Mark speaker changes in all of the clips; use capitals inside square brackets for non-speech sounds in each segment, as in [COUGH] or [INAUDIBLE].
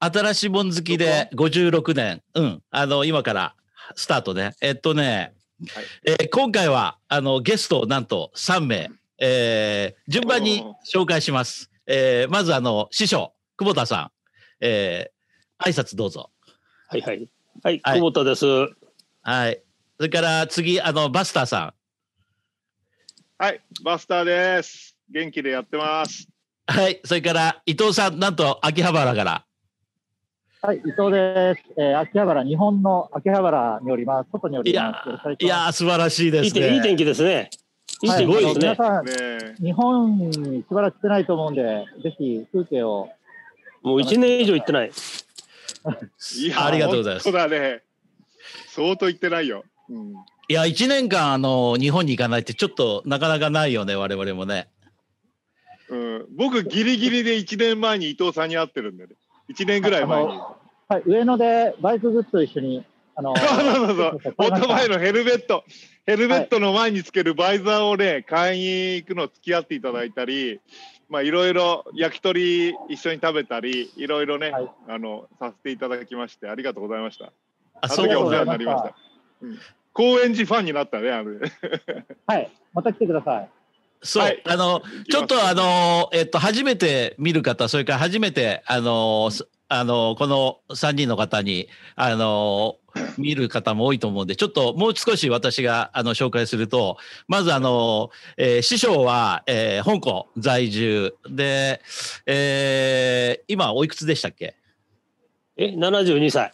Speaker 1: 新しいもん好きで56年。うん。あの、今からスタートね。えっとね、
Speaker 2: はい
Speaker 1: えー今回は、あの、ゲストをなんと3名、えー順番に紹介します。えーまず、あの、師匠、久保田さん、えー挨拶どうぞ。
Speaker 2: はいはい。はい、
Speaker 1: はい
Speaker 2: 久保田です。は
Speaker 1: はい。それから次、あの、バスターさん。
Speaker 3: はい、バスターです。元気でやってます。
Speaker 1: はい。それから、伊藤さん、なんと、秋葉原から。
Speaker 4: はい、伊藤です。えー、秋葉原、日本の秋葉原におります。外にお
Speaker 1: い
Speaker 4: り
Speaker 1: や
Speaker 4: ます。よろしくお願
Speaker 1: ー、いやー、素晴らしいです
Speaker 2: いいていい
Speaker 1: ね。
Speaker 2: 天気ですね。いい
Speaker 4: し
Speaker 2: 天気
Speaker 4: ま
Speaker 1: は
Speaker 2: で
Speaker 1: い
Speaker 2: す
Speaker 4: すは
Speaker 2: ね
Speaker 4: い、皆。さん、
Speaker 3: ねえ
Speaker 4: 日本にしばらく来てないと思うんで、ぜひ風景を。
Speaker 2: もう一年以上行ってない。
Speaker 3: いや
Speaker 1: ありがとうございます
Speaker 3: 本。当だね。相当言ってないよ。うん、
Speaker 1: いや、1年間、あの、日本に行かないって、ちょっとなかなかないよね、我々もね。
Speaker 3: うん、僕ギリギリで1年前に伊藤さんに会ってるんだよね。1年ぐらい前に。
Speaker 4: はい、上野でバイクグッズと一緒に、あ
Speaker 3: [LAUGHS]
Speaker 4: の、
Speaker 3: そうそうそうそう。オートバイ
Speaker 4: の。
Speaker 3: のヘルメット、ヘルメットの前につけるバイザーをね、買いに行くの付き合っていただいたり、まあいろいろ焼き鳥一緒に食べたり、いろいろね、
Speaker 4: はい
Speaker 3: あのさせていただきましてありがとうございました。
Speaker 1: あ、
Speaker 3: あ
Speaker 1: そ
Speaker 3: の
Speaker 1: う
Speaker 3: 時
Speaker 1: な
Speaker 3: は
Speaker 1: ん
Speaker 3: お
Speaker 1: だ
Speaker 3: 世話になりました。うん高円寺ファンになったね、あれ。
Speaker 4: はい、また来てください。
Speaker 1: そう、
Speaker 3: はい
Speaker 1: あの、 [LAUGHS] ちょっとあの、えっと、初めて見る方、それから初めて、あの、すあの、この3人の方に、あの、見る方も多いと思うんで、ちょっともう少し私が、あの、紹介すると、まずあの、えー師匠は、えー香港在住で、えー今おいくつでしたっけ [LAUGHS]
Speaker 2: え、七十二歳。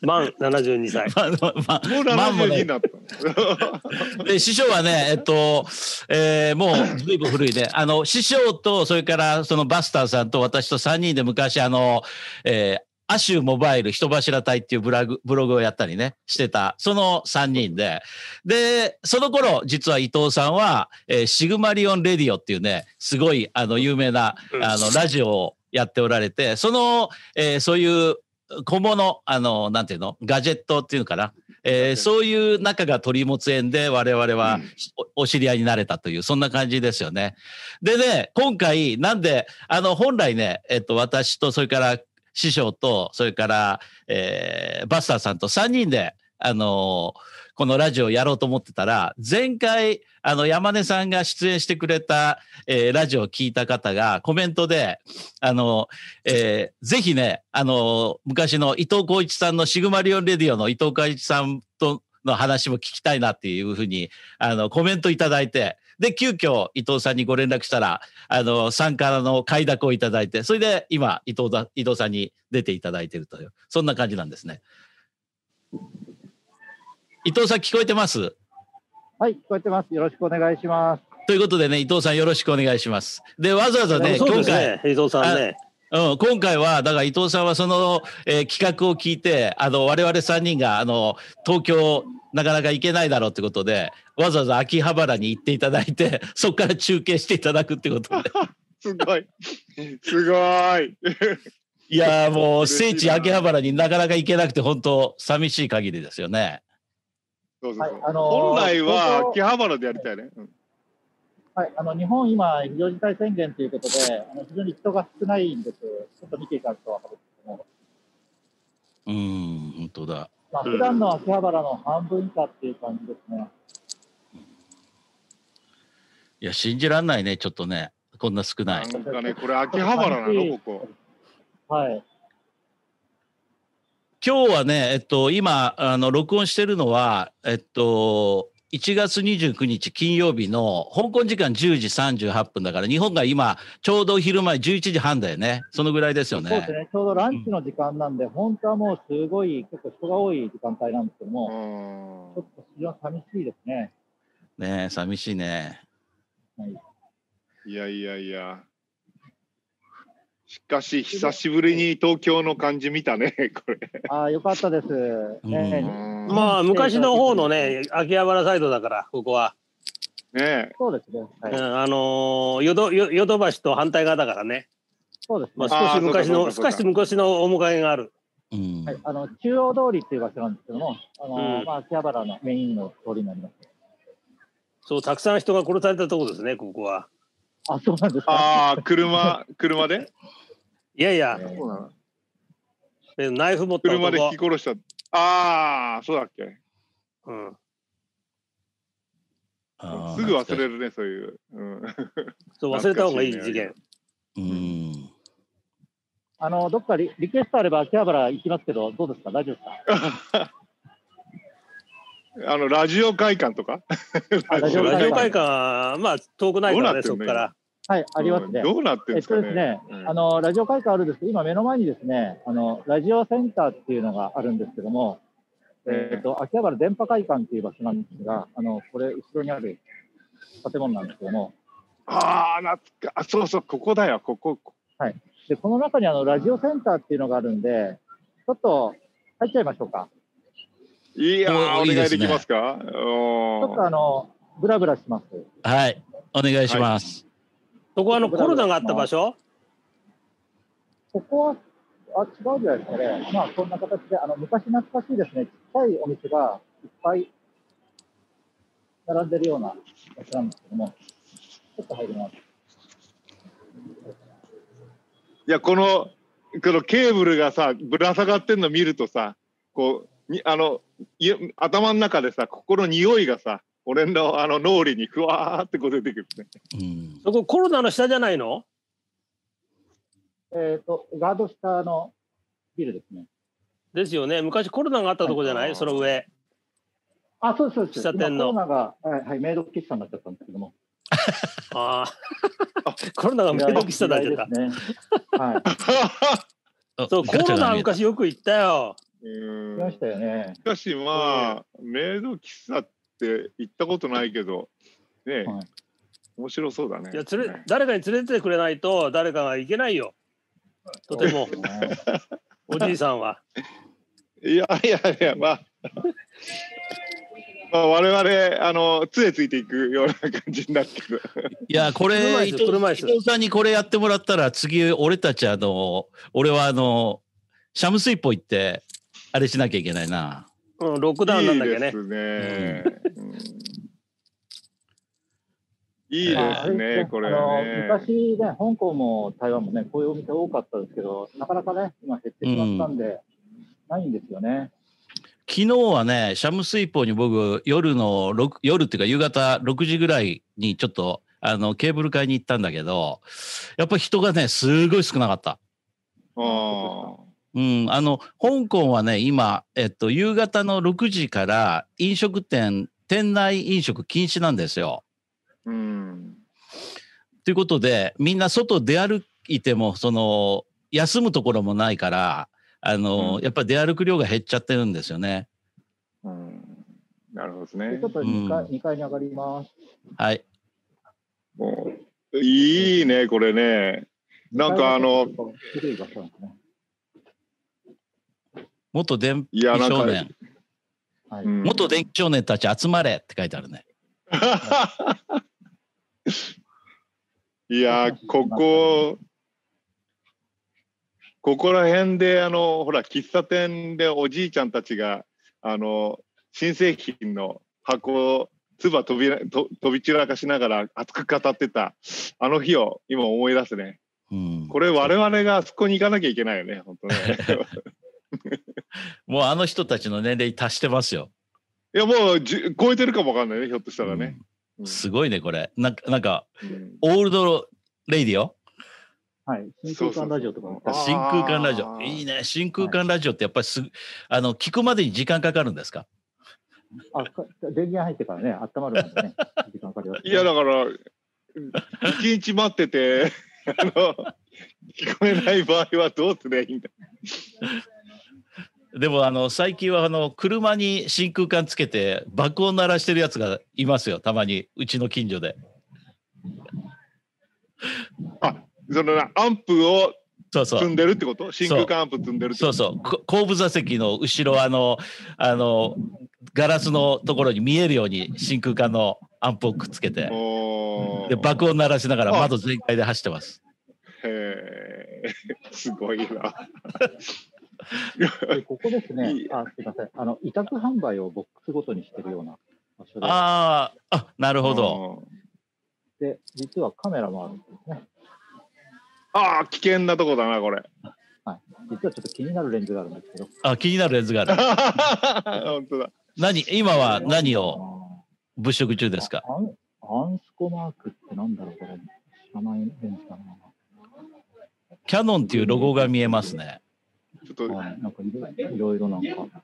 Speaker 2: 満七十二歳。
Speaker 1: まあまあ
Speaker 3: もう
Speaker 1: まあもうね
Speaker 3: 72になっ
Speaker 1: [LAUGHS]
Speaker 3: た。
Speaker 1: で師匠はね、えっと、えーもうずいぶん古いね、あの師匠と、それからそのバスターさんと私と3人で昔、あの、えーアシュモバイル人柱隊っていうブラグブログをやったりね、してた、その3人で。で、その頃、実は伊藤さんは、えーシグマリオンレディオっていうね、すごい、あの、有名な、
Speaker 2: うん
Speaker 1: あの、ラジオをやっておられて、その、えーそういう小物、あの、なんていうのガジェットっていうのかな。えーそういう中が鳥もつ縁で我々はおお知り合いになれたという、そんな感じですよね。でね、今回、なんで、あの、本来ね、えっと、私と、それから師匠と、それから、えーバスターさんと3人で、あのーこのラジオをやろうと思ってたら、前回、あの、山根さんが出演してくれた、えーラジオを聞いた方が、コメントで、あのえーぜひね、あの昔の伊藤浩一さんのシグマリオンレディオの伊藤浩一さんとの話も聞きたいなっていうふうに、あの、コメントいただいて、で、急遽伊藤さんにご連絡したら、あの、参加の快諾をいただいて、それで今、伊藤だ、伊藤さんに出ていただいているという、そんな感じなんですね。伊藤さん聞こえてます
Speaker 4: はい、聞こえてます。よろしくお願いします。
Speaker 1: ということでね、伊藤さんよろしくお願いします。で、わざわざね、
Speaker 2: そうで
Speaker 1: 今
Speaker 2: す
Speaker 1: 回、
Speaker 2: ね。伊藤さんね。
Speaker 1: うん、今回は、だから伊藤さんはその、えー企画を聞いて、あの、我々3人が、あの、東京、なかなか行けないだろうってことで、わざわざ秋葉原に行っていただいて、 [LAUGHS] そこから中継していただくってことで。
Speaker 3: [LAUGHS] すごい。 [LAUGHS] すごい。
Speaker 1: いやーもう、
Speaker 3: 嬉しいな
Speaker 1: 聖地秋葉原になかなか行けなくて、本当寂しい限りですよね。
Speaker 3: そうそうそう
Speaker 4: はいあのー
Speaker 3: 本来は
Speaker 4: 本
Speaker 3: 秋葉原でやりたいね。うん
Speaker 4: はい、あの、日本今、非常事態宣言ということで、あの非常に人が少ないんです。ちょっと見ていただくとわかるんですけども。
Speaker 1: うーん、本当だ。
Speaker 4: まあ、
Speaker 2: うん
Speaker 4: 普段の秋葉原の半分以下っていう感じですね。
Speaker 1: いや、信じらんないね、ちょっとね。こんな少ない。
Speaker 3: なんかね、これ秋葉原なの、ここ。
Speaker 4: はい。
Speaker 1: 今日はね、えっと、今、あの、録音してるのは、えっと、1月29日金曜日の香港時間10時38分だから、日本が今、ちょうど昼前11時半だよね。そのぐらいですよ
Speaker 4: そうです
Speaker 1: ね。
Speaker 4: ね。ちょうどランチの時間なんで、本当はもうすごい、結構人が多い時間帯なんですけど
Speaker 3: う
Speaker 4: も、
Speaker 3: ん
Speaker 4: ちょっと非常に寂しいですね。
Speaker 1: ねえ寂しいね。
Speaker 3: いやいやいや。しかし、久しぶりに東京の感じ見たね、 [LAUGHS] これ。
Speaker 4: ああ、よかったです。
Speaker 3: う
Speaker 4: ね
Speaker 3: んね
Speaker 2: まあ昔の方のね、秋葉原サイドだからここは。
Speaker 3: え
Speaker 4: そうですね。は
Speaker 2: うん
Speaker 4: い。
Speaker 2: あのーヨドヨヨドバシと反対側だからね。
Speaker 4: そうです
Speaker 2: ま
Speaker 4: ね。
Speaker 2: あ少
Speaker 3: あー
Speaker 2: し昔の
Speaker 3: そうかそうかそうか
Speaker 2: 少し昔の面影がある。
Speaker 1: うん。
Speaker 4: はい、あの中央通りっていう場所なんですけども、あの
Speaker 2: うん
Speaker 4: まあ、秋葉原のメインの通りになります。
Speaker 2: そうたくさん人が殺されたとこですねここは。
Speaker 4: あ、そうなんですか。
Speaker 3: ああ、車、車で
Speaker 2: いやいや
Speaker 3: そうなの
Speaker 2: えナイフ持った
Speaker 3: 車で
Speaker 2: 男
Speaker 3: 引き、殺した。ああ、そうだっけ。
Speaker 2: うん、
Speaker 1: あー
Speaker 3: すぐ忘れるね、そういう。うん、
Speaker 2: そう忘れた方がいい事
Speaker 3: 懐かしいね
Speaker 2: 件。
Speaker 1: うん
Speaker 4: あの、どっかリリクエストあれば秋葉原行きますけど、どうですか大丈夫ですか
Speaker 3: あの、ラジオ会館とか
Speaker 4: あラジオ会館
Speaker 2: ラジオ会館、まあ遠くないからね、
Speaker 3: ど
Speaker 2: そうこ
Speaker 3: なってんの
Speaker 2: から。
Speaker 4: はい、ありますね。
Speaker 3: どうなってん
Speaker 4: えっ
Speaker 3: ですか
Speaker 4: と
Speaker 3: ね。
Speaker 4: ですね、
Speaker 3: うん
Speaker 4: あのラジオ会館あるんですけど、今目の前にですね、あのラジオセンターっていうのがあるんですけども、
Speaker 3: ええ
Speaker 4: えっと秋葉原電波会館っていう場所なんですが、あのこれ後ろにある建物なんですけども、
Speaker 3: ああ、懐かあ、そうそう、ここだよ、ここ。こ
Speaker 4: でこの中にあのラジオセンターっていうのがあるんで、ちょっと入っちゃいましょうか。
Speaker 3: いやー、
Speaker 1: お
Speaker 3: お
Speaker 1: いいで
Speaker 3: 願い
Speaker 1: す
Speaker 3: で
Speaker 1: ね
Speaker 3: きますか
Speaker 4: ちょっ
Speaker 3: お
Speaker 4: と
Speaker 3: ー
Speaker 4: あのブラブラします。
Speaker 1: はい。お願いします。
Speaker 2: そこはあのコロナがあった場所
Speaker 4: ここはあ違うじゃないですかね。まあこんな形であの昔懐かしいですね。ちっちゃいお店がいっぱい並んでるような場所なんですけども、ちょっと入ります。
Speaker 3: いや、この、このケーブルがさ、ぶら下がってんの見るとさ、こう、にあの、い頭の中でさ、ここの匂いがさ、俺のあの脳裏にふわーってこう出てくる
Speaker 4: [LAUGHS]
Speaker 3: ね。
Speaker 1: うん。
Speaker 2: そこコロナの下じゃないの
Speaker 4: えっ、とガード下のビルですね。
Speaker 2: ですよね。昔コロナがあったとこじゃない、
Speaker 3: はい
Speaker 2: その上。
Speaker 4: あ、そうですそうです。
Speaker 2: 喫茶店の
Speaker 4: 今コロナがはい、はい、メイド喫茶になっちゃったんですけども。
Speaker 2: ああ。 [LAUGHS] コロナがメイド喫茶だっちゃった。
Speaker 4: 時代ですね。はい。
Speaker 2: そう、コロナ昔よく行ったよ。
Speaker 3: う
Speaker 4: あ
Speaker 3: ーん
Speaker 4: りましたよね。
Speaker 3: しかしまあ、メイド喫茶って行ったことないけど、ねえ、
Speaker 4: はい
Speaker 3: 面白そうだね。
Speaker 2: いや、連れ
Speaker 3: ね、
Speaker 2: 誰かに連れてってくれないと、誰かが行けないよ。とても、おじいさんは。
Speaker 3: いやいやいや、まあ、まあ我々、あの、杖ついていくような感じになってる。
Speaker 1: いや、こ
Speaker 2: 車
Speaker 1: れ、
Speaker 2: 椅
Speaker 1: 伊
Speaker 2: 子
Speaker 1: 藤
Speaker 2: 車
Speaker 1: 伊
Speaker 2: 椅子
Speaker 1: 藤さんにこれやってもらったら、次、俺たち、あの、俺は、あの、シャム水ポ行って、あれしなきゃいけないな。
Speaker 2: うん、ロックダウンなんだっけ
Speaker 3: い
Speaker 2: ね
Speaker 3: いで。すね。うんいいですね、これ
Speaker 4: あ
Speaker 3: ね。
Speaker 4: の昔ね、香港も台湾もね、こういうお店多かったですけど、なかなかね、今減ってしまったんで、ないんですよね。
Speaker 1: 昨日はね、シャム水ポに僕、夜の六、夜っていうか、夕方6時ぐらいに、ちょっと、あの、ケーブル買いに行ったんだけど、やっぱ人がね、すごい少なかった。
Speaker 3: あ
Speaker 1: うん、あの香港はね今、えっと、夕方の6時から飲食店店内飲食禁止なんですよ。
Speaker 3: ーうん。
Speaker 1: ということでみんな外出歩いてもその休むところもないからあの、
Speaker 3: うん
Speaker 1: やっぱ出歩く量が減っちゃってるんですよね。
Speaker 3: うんなるほどです
Speaker 4: で
Speaker 3: ね
Speaker 4: ちょ。っと2階,、
Speaker 1: うん
Speaker 4: 二階に上がります。
Speaker 1: はい、
Speaker 3: もういいね、これね。なんかあの、
Speaker 4: 古い場所なんですね。
Speaker 1: 元電
Speaker 3: いや、
Speaker 1: 気
Speaker 3: なん
Speaker 1: 少
Speaker 3: か、
Speaker 1: 年
Speaker 4: はい。
Speaker 3: うん
Speaker 1: 元電気少年たち集まれって書いてあるね。
Speaker 3: [LAUGHS] いやーここここら辺であのほら喫茶店でおじいちゃんたちがあの新製品の箱を唾飛びらと飛び散らかしながら熱く語ってたあの日を今思い出すね
Speaker 1: うん、
Speaker 3: これ我々があそこに行かなきゃいけないよね本
Speaker 1: [LAUGHS]
Speaker 3: 当ね
Speaker 1: もうあの人たちの年齢達してますよ。
Speaker 3: いやもうじゅ超えてるかもわかんないねひょっとしたらね、
Speaker 1: うんすごいねこれなんかなんか
Speaker 3: うん
Speaker 1: オールドレイディオ
Speaker 4: はい。新空間ラジオとかも
Speaker 3: そうそうそう
Speaker 1: 新空間ラジ
Speaker 3: あ
Speaker 1: オ。
Speaker 3: ー
Speaker 1: いいね。新空間ラジオってやっぱりすぐ、あの、聞くまでに時間かかるんですか
Speaker 4: あ、か電源入ってからね、温まるまでね、時間かかります、
Speaker 3: いやだから一日待っててあの聞こえない場合はどうすればいいんだ
Speaker 1: でも、あの、最近は、あの、車に真空管つけて爆音鳴らしてるやつがいますよ。たまに、うちの近所で。
Speaker 3: そのなアンプを
Speaker 1: そうそ
Speaker 3: 積
Speaker 1: う。
Speaker 3: んでるってこと真空管アンプ積んでるって
Speaker 1: そ
Speaker 3: こ
Speaker 1: う
Speaker 3: と
Speaker 1: そう。こ後部座席の後ろ、あの、あの、ガラスのところに見えるように真空管のアンプをくっつけて、
Speaker 3: おー
Speaker 1: で、爆音鳴らしながら
Speaker 3: あ
Speaker 1: 窓全開で走ってます。
Speaker 3: へー [LAUGHS] すごいな。
Speaker 4: でここですね
Speaker 3: いい、
Speaker 4: あ、すみません。あの、委託販売をボックスごとにしてるような場所で、
Speaker 1: あーあ、なるほど。
Speaker 4: で、実はカメラもあるんですね。
Speaker 3: あーあー危険なとこだなこれ。
Speaker 4: 実はちょっと気になるレンズがあるんですけど。
Speaker 1: あ、気になるレンズがある。
Speaker 3: [LAUGHS] 本当だ。
Speaker 1: 何、今は何を物色中ですか
Speaker 4: アンアンスコマークってなんだろうこれ。知らないレンズかな。
Speaker 1: キャノンっていうロゴが見えますね。
Speaker 3: ちょっと、
Speaker 4: はい、なんかいろいろいろなんか。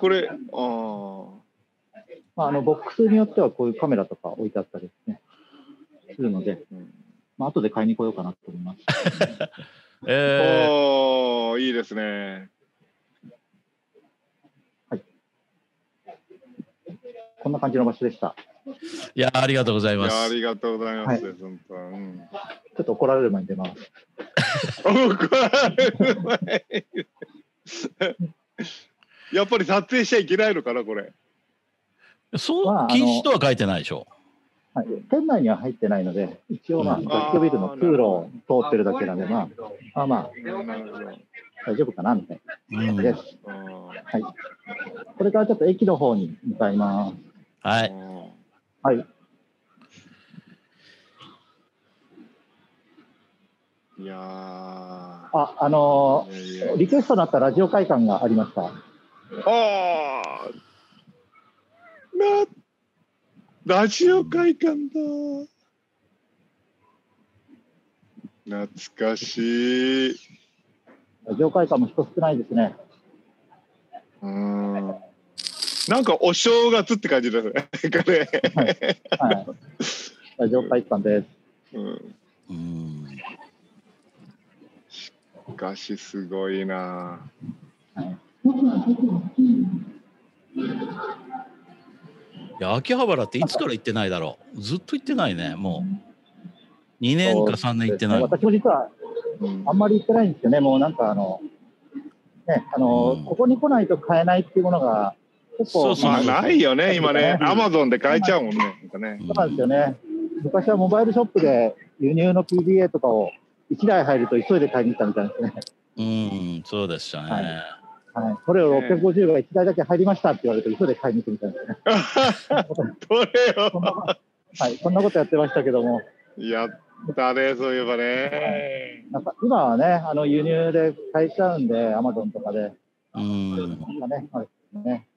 Speaker 3: これ、ああ。
Speaker 4: まあ、あのボックスによってはこういうカメラとか置いてあったりですね。するので、
Speaker 3: うん
Speaker 4: まあ後で買いに来ようかなと思います。
Speaker 1: えー
Speaker 3: おおーいいですね。
Speaker 4: こんな感じの場所でした。
Speaker 1: いや、ありがとうござい
Speaker 3: い
Speaker 1: ま
Speaker 3: やあ
Speaker 1: す。
Speaker 3: りがとうございます。
Speaker 4: は
Speaker 3: 本当うん。
Speaker 4: ちょっと怒られる前に出ます。
Speaker 3: 怒られる前に [LAUGHS] やっぱり撮影しちゃいけないのかなこれ。
Speaker 1: そう、
Speaker 4: まああの
Speaker 1: 禁止とは書いてないでしょ。
Speaker 4: はい、店内には入ってないので、一応まあ、
Speaker 1: うん
Speaker 4: 雑居ビルの通路を通ってるだけなんで、まあ、まあまあ、
Speaker 3: なるほど。
Speaker 4: 大丈夫かなみたいな
Speaker 1: うん
Speaker 4: 感じです。
Speaker 3: うん
Speaker 4: はい。これからちょっと駅の方に向かいます。
Speaker 1: は
Speaker 3: う
Speaker 1: い。
Speaker 3: ん
Speaker 4: はい。
Speaker 3: いやー
Speaker 4: あ、あの
Speaker 3: いやいや
Speaker 4: ーリクエストだったラジオ会館がありました。
Speaker 3: ああなラジオ会館だ懐かしい
Speaker 4: ラジオ会館も人少ないですね。
Speaker 3: うんなんかお正月って感じだね [LAUGHS] これ、
Speaker 4: はい。ラジオ会館です。
Speaker 3: うん、
Speaker 1: うん
Speaker 3: 昔すごいな
Speaker 4: はい、
Speaker 1: いや、秋葉原っていつから行ってないだろう。ずっと行ってないね、もう。2年か3年行ってない。
Speaker 4: 私も実は
Speaker 3: うん
Speaker 4: あんまり行ってないんですよね。もうなんかあの、ね、あの、
Speaker 1: うん
Speaker 4: ここに来ないと買えないっていうものが、結構、
Speaker 1: そうそう
Speaker 3: まあ [LAUGHS] ないよね今ね
Speaker 4: うん
Speaker 3: アマゾンで買えちゃうもんねなんかね
Speaker 4: そうなんですよね。昔はモバイルショップで輸入の PDA とかを1台入ると急いで買いに行ったみたいですね。
Speaker 1: うん、そうでしたね。
Speaker 4: はいはい。これを650が1台だけ入りましたって言われて急いで買いに行くみたいですね。
Speaker 3: これ
Speaker 4: そん
Speaker 3: を
Speaker 4: なはい。そんなことやってましたけども、
Speaker 3: やったねそういえばね
Speaker 4: なんか今はね、あの輸入で買えちゃうんで、アマゾンとかで。
Speaker 1: うん、
Speaker 4: なんかね、はいね。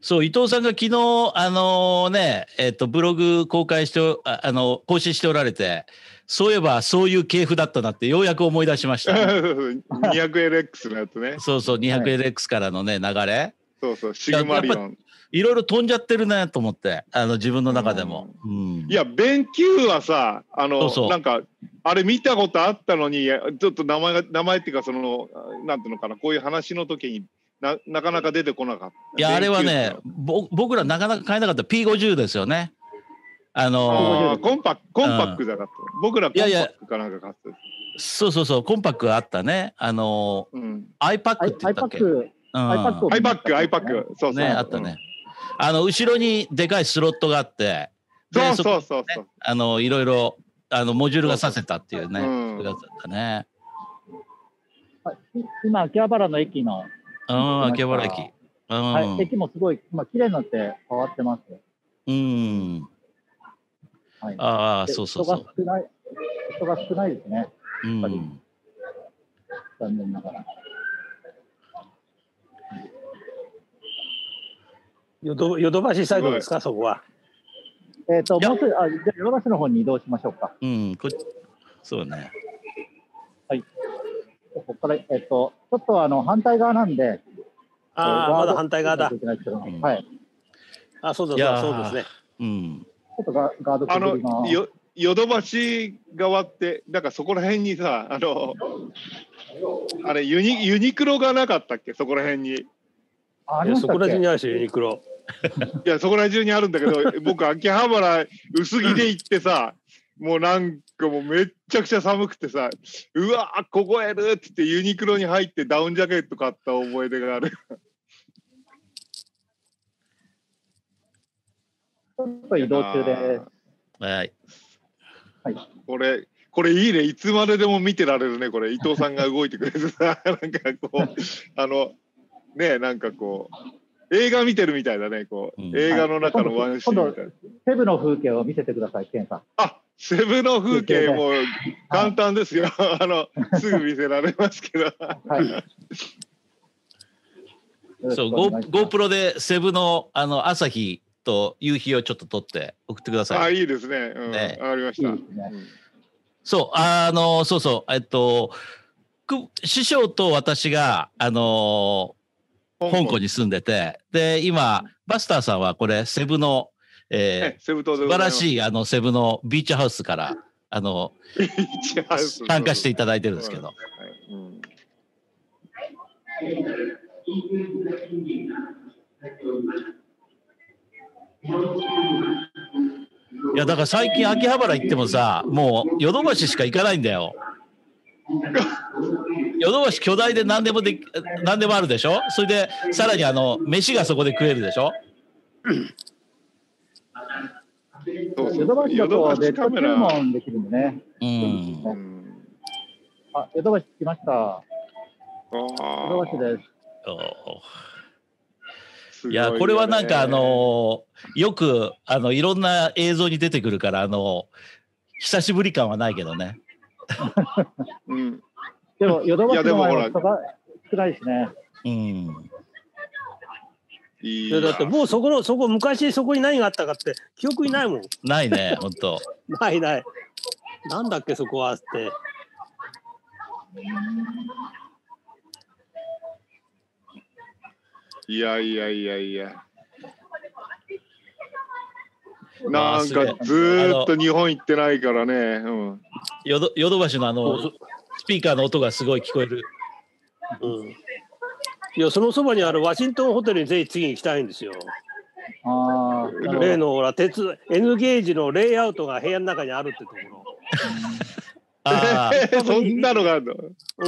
Speaker 1: そう伊藤さんが昨日あのねえっ、とブログ公開しておああの更新しておられてそういえばそういう系譜だったなってようやく思い出しまし
Speaker 4: [LAUGHS]
Speaker 1: た
Speaker 3: 200LX のやつね
Speaker 1: そうそう 200LX からのね流れ
Speaker 3: そうそう、シグマリオン。
Speaker 1: いろいろ飛んじゃってるねと思ってあの自分の中でも、うん
Speaker 3: いや、ベンキューはさ、あの、
Speaker 1: そうそう
Speaker 3: なんか、あれ見たことあったのに、ちょっと名前が、名前っていうか、その、なんていうのかな、こういう話の時にな、なかなか出てこなかった。
Speaker 1: いやあれは
Speaker 3: ベン
Speaker 1: ね
Speaker 3: キュー
Speaker 1: ぼ僕らなかなか買えなかった P50 ですよねあの
Speaker 3: あーコンパコンパックじゃなかった。僕らコンパ
Speaker 1: いやいや
Speaker 3: ックかなんか買ってた。
Speaker 1: そうそうそうコンパックあったねあの
Speaker 3: うん。
Speaker 1: iPack
Speaker 4: ア
Speaker 1: っ
Speaker 4: イ
Speaker 1: て言ったっけ、うん、
Speaker 4: iPad アイパックを
Speaker 3: アイパック、アイパック。そうそう。
Speaker 1: ね、あったね。あの、後ろにでかいスロットがあって、
Speaker 3: うん。
Speaker 1: で
Speaker 3: そうそうそうそう。
Speaker 1: あの、いろいろ、あの、モジュールがさせたっていうね、
Speaker 3: うん
Speaker 1: 作り方だったね。
Speaker 4: はい今、秋葉原の駅の、
Speaker 1: うん、
Speaker 4: うん
Speaker 1: 秋葉原駅。うん。
Speaker 4: はい、駅もすごい、まあ綺麗になって変わってます。
Speaker 1: うん。
Speaker 4: はい、
Speaker 1: ああ、
Speaker 4: で
Speaker 1: そうそうそ
Speaker 4: 人が少ない、人が少ないですね、
Speaker 1: う。う
Speaker 4: っぱり
Speaker 1: ん。
Speaker 4: 残念ながら。
Speaker 2: ヨドヨドバシサイドですか、そこは。
Speaker 4: えっ、と、
Speaker 1: いや
Speaker 4: もうすぐ、あ、じゃあ、ヨドバシの方に移動しましょうか。
Speaker 1: うん、こっちそうね。
Speaker 4: ここから、えっ、と、ちょっとあの反対側なんで、
Speaker 2: ああ、まだ反対側だ
Speaker 4: ちょ。
Speaker 1: うん
Speaker 4: はい。ち
Speaker 2: あ、そうだ
Speaker 1: い
Speaker 2: そう
Speaker 1: や
Speaker 2: だ、
Speaker 1: ー
Speaker 2: そうですね。
Speaker 1: うん。
Speaker 4: ょっとガガード
Speaker 3: あ
Speaker 4: 削りま
Speaker 3: の、
Speaker 4: す。
Speaker 3: よヨドバシ側って、なんかそこら辺にさ、あの、あれユニ、ユニクロがなかったっけ、そこら辺に。
Speaker 4: ああ
Speaker 2: い
Speaker 4: り
Speaker 2: や
Speaker 4: まし
Speaker 2: そ
Speaker 4: た
Speaker 2: こ
Speaker 4: っ
Speaker 2: ら中に
Speaker 4: け
Speaker 2: あるし、ユニクロ。
Speaker 3: いや、そこら中にあるんだけ
Speaker 4: [LAUGHS]
Speaker 3: ど、僕、秋葉原、薄着で行ってさ、もうなんかもうめっちゃくちゃ寒くてさ、うわー、ここやるって言って、ユニクロに入ってダウンジャケット買った思い出がある。
Speaker 4: ちょっと移動中です。
Speaker 1: はい。
Speaker 3: これ、これいいね、いつまででも見てられるね、これ、伊藤さんが動いてくれ
Speaker 1: [LAUGHS]
Speaker 3: てさ、なんかこう、あの、ね、なんかこう、映画見てるみたいだね、こう、
Speaker 1: うん
Speaker 3: 映画の中のワンシーンみたいな。
Speaker 4: セブの風景を見せてください、ケンさん。
Speaker 3: あセブの風景も簡単ですよ。 [LAUGHS] あの、すぐ見せられます
Speaker 1: [LAUGHS]
Speaker 3: けど。
Speaker 4: はい。よろし
Speaker 1: そう、
Speaker 4: く
Speaker 1: ゴ
Speaker 4: お願いします
Speaker 1: GoPro でセブのあの朝日と夕日をちょっと撮って送ってください。
Speaker 3: あ、いいですね。うん、わ、
Speaker 1: ね
Speaker 3: かりました。
Speaker 4: いいですね
Speaker 3: うん
Speaker 1: そう、あの、そうそう、えっと、く師匠と私が、あの、香港に住んでて、で、今、バスターさんはこれ、セブの、
Speaker 3: ね
Speaker 1: えー
Speaker 3: セブ島で
Speaker 1: 素晴
Speaker 3: ございま
Speaker 1: ら
Speaker 3: す
Speaker 1: しい、あの、セブのビーチハウスから、あの、
Speaker 3: 一応 [LAUGHS]
Speaker 1: 参加していただいてるんですけど。
Speaker 3: うん
Speaker 1: いや、だから最近秋葉原行ってもさ、もうヨドバシしか行かないんだよ。ヨドバシ巨大で何でもでき、何でもあるでしょそれで、さらにあの、飯がそこで食えるでしょ
Speaker 3: そうそう
Speaker 4: ヨドバシだ
Speaker 3: ヨドバ
Speaker 4: と
Speaker 3: シ
Speaker 4: 別
Speaker 3: カ
Speaker 4: 途
Speaker 3: メ
Speaker 4: 注
Speaker 3: ラ。
Speaker 4: 文できるんでね。
Speaker 1: うん。
Speaker 3: うん
Speaker 4: あ、ヨドバシ来ました。ヨ
Speaker 3: あ
Speaker 4: ドバシです。
Speaker 1: お
Speaker 3: ー
Speaker 1: いや、これはなんかあ、
Speaker 3: すごいよね
Speaker 1: のー、よく、あの、いろんな映像に出てくるから、あのー、久しぶり感はないけどね。
Speaker 3: うん、
Speaker 4: でも、ヨドバシの前
Speaker 3: いや
Speaker 4: は
Speaker 3: でも
Speaker 4: 人が少ないしね。
Speaker 1: うん。
Speaker 3: い
Speaker 2: い
Speaker 3: い
Speaker 2: やだってもうそこのそこ昔そこに何があったかって記憶にないもん。
Speaker 1: ないね、
Speaker 2: [LAUGHS]
Speaker 1: ほんと。
Speaker 2: ないない。なんだっけそこはって。
Speaker 3: いやいやいやいや。
Speaker 1: わあ
Speaker 3: なんかずーっと日本行ってないからね。うん、
Speaker 1: ヨドヨドバシのあ
Speaker 2: そ
Speaker 1: の
Speaker 2: うそ、
Speaker 1: スピーカーの音がすごい聞こえる。
Speaker 2: うん。いやそのそばにあるワシントンホテルにぜひ次行きたいんですよ。
Speaker 4: ああ、なるほ
Speaker 2: 例
Speaker 4: ど。
Speaker 2: のほら鉄 N ゲージのレイアウトが部屋の中にあるってところ。
Speaker 1: ああ、
Speaker 2: [LAUGHS]
Speaker 3: え [LAUGHS] そんなのがあるの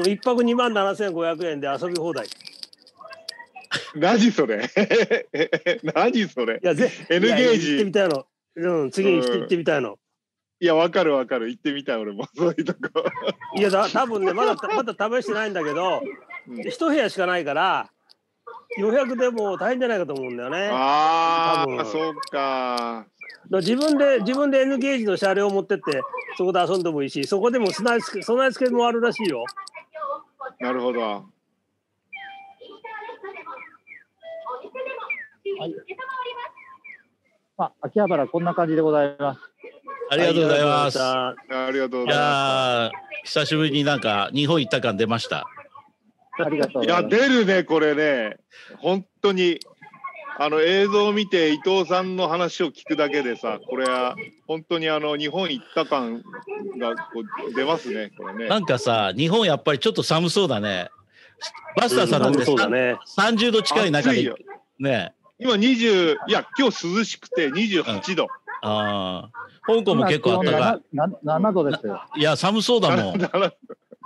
Speaker 2: うん一泊二万七千五百円で遊び放題。い
Speaker 3: 何それ [LAUGHS] 何それ
Speaker 2: やぜ
Speaker 3: [LAUGHS] N
Speaker 2: いや
Speaker 3: ゲージ
Speaker 2: 行ってみたいの。うん次に
Speaker 3: うん
Speaker 2: 行ってみたいの。
Speaker 3: いや、わかるわかる。行ってみたい、俺も。 [LAUGHS] そういうとこ。
Speaker 2: いやだ多分ねまだ [LAUGHS] まだ試してないんだけど
Speaker 3: うん
Speaker 2: 一部屋しかないから予約でもう大変じゃないかと思うんだよね。
Speaker 3: あ
Speaker 2: 多
Speaker 3: あ、
Speaker 2: 分
Speaker 3: そうか。
Speaker 2: だから自分で自分で N ゲージの車両を持ってってそこで遊んでもいいしそこでも備え付け備え付けもあるらしいよ
Speaker 3: なるほど。
Speaker 4: はい。まあ、秋葉原こんな感じでございます。
Speaker 1: ありがとうございます。い
Speaker 2: は
Speaker 3: ありがとうございま
Speaker 1: やー久しぶりになんか日本行った感出ました。
Speaker 4: ありがと
Speaker 3: す。
Speaker 4: うご
Speaker 3: い
Speaker 4: ざ
Speaker 3: や、
Speaker 4: います。
Speaker 3: 出るね、これね。本当に。あの映像を見て伊藤さんの話を聞くだけでさ、これは本当にあの日本行った感がこう出ますね、これね
Speaker 1: な。んかさ、日本やっぱりちょっと寒そうだね。バスターさんなん
Speaker 2: う
Speaker 1: て
Speaker 2: んそうだね
Speaker 1: 30度近い中
Speaker 3: 暑
Speaker 1: で
Speaker 3: いよ。
Speaker 1: ね。
Speaker 3: 今20、いや、今日涼しくて28度。
Speaker 1: ああ。香港も結構あったか
Speaker 4: 今気温がなな7度ですよ。
Speaker 1: い。いや、寒そうだ
Speaker 3: [LAUGHS]
Speaker 1: もん。
Speaker 3: あ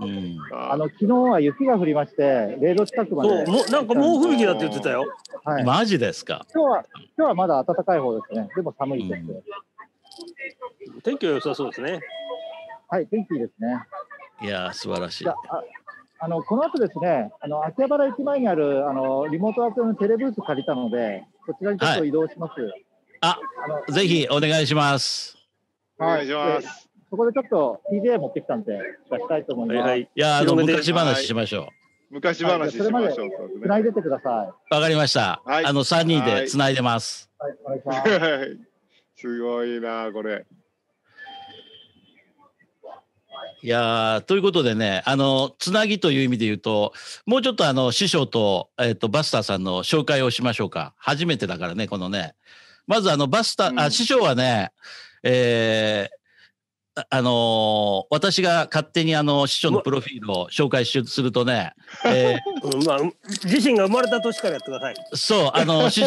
Speaker 1: うん、
Speaker 4: あの昨日は雪が降りまして、0度近く
Speaker 2: そ
Speaker 4: まで。
Speaker 2: うもうなんか猛吹雪だって言ってたよ
Speaker 4: はい、今
Speaker 1: マジですか。
Speaker 4: 日は今日はまだ暖かい方ですね。でも寒いです。
Speaker 1: うん
Speaker 2: 天気は良さそうですね
Speaker 4: はい、天気いいですね。
Speaker 1: いや、素晴らしい
Speaker 4: じゃ。あ、あのこの後ですね、あの秋葉原駅前にあるあのリモートワーク用のテレブース借りたので、こちらにちょっと移動します。
Speaker 1: あ、
Speaker 4: あの
Speaker 1: ぜひお願いします。
Speaker 3: お願いします。
Speaker 4: そこでちょっと DJ 持ってきたんで、出したいと思い
Speaker 2: はい
Speaker 4: ます。
Speaker 2: はい
Speaker 1: いや、あの
Speaker 2: 広げて
Speaker 1: 昔話しましょ
Speaker 3: 昔話しましょう。そうですね
Speaker 4: 繋いでてくださ
Speaker 1: う。わかりました。
Speaker 3: はい
Speaker 1: あの3人でつないでます。
Speaker 4: い。はい、お願いします。
Speaker 3: はいすごいなこれ。
Speaker 1: いやーということでね、あの、つなぎという意味で言うと、もうちょっとあの、師匠と、えっ、と、バスターさんの紹介をしましょうか。初めてだからね、このね。まずあの、バスター、
Speaker 3: う
Speaker 1: あ、
Speaker 3: ん
Speaker 1: 師匠はね、えーああのー私が勝手にあの、師匠のプロフィールを紹介しするとね、え
Speaker 2: うんまあ自身が生まれた年からやってください
Speaker 1: ーそう、あ
Speaker 2: [LAUGHS]
Speaker 1: の、し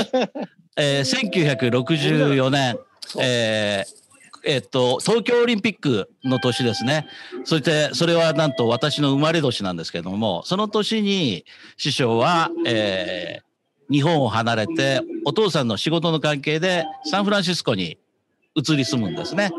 Speaker 1: えー1964年、
Speaker 2: そう
Speaker 1: えーえっと、東京オリンピックの年ですね。そして、それはなんと私の生まれ年なんですけども、その年に師匠は、えー日本を離れて、お父さんの仕事の関係でサンフランシスコに移り住むんですね。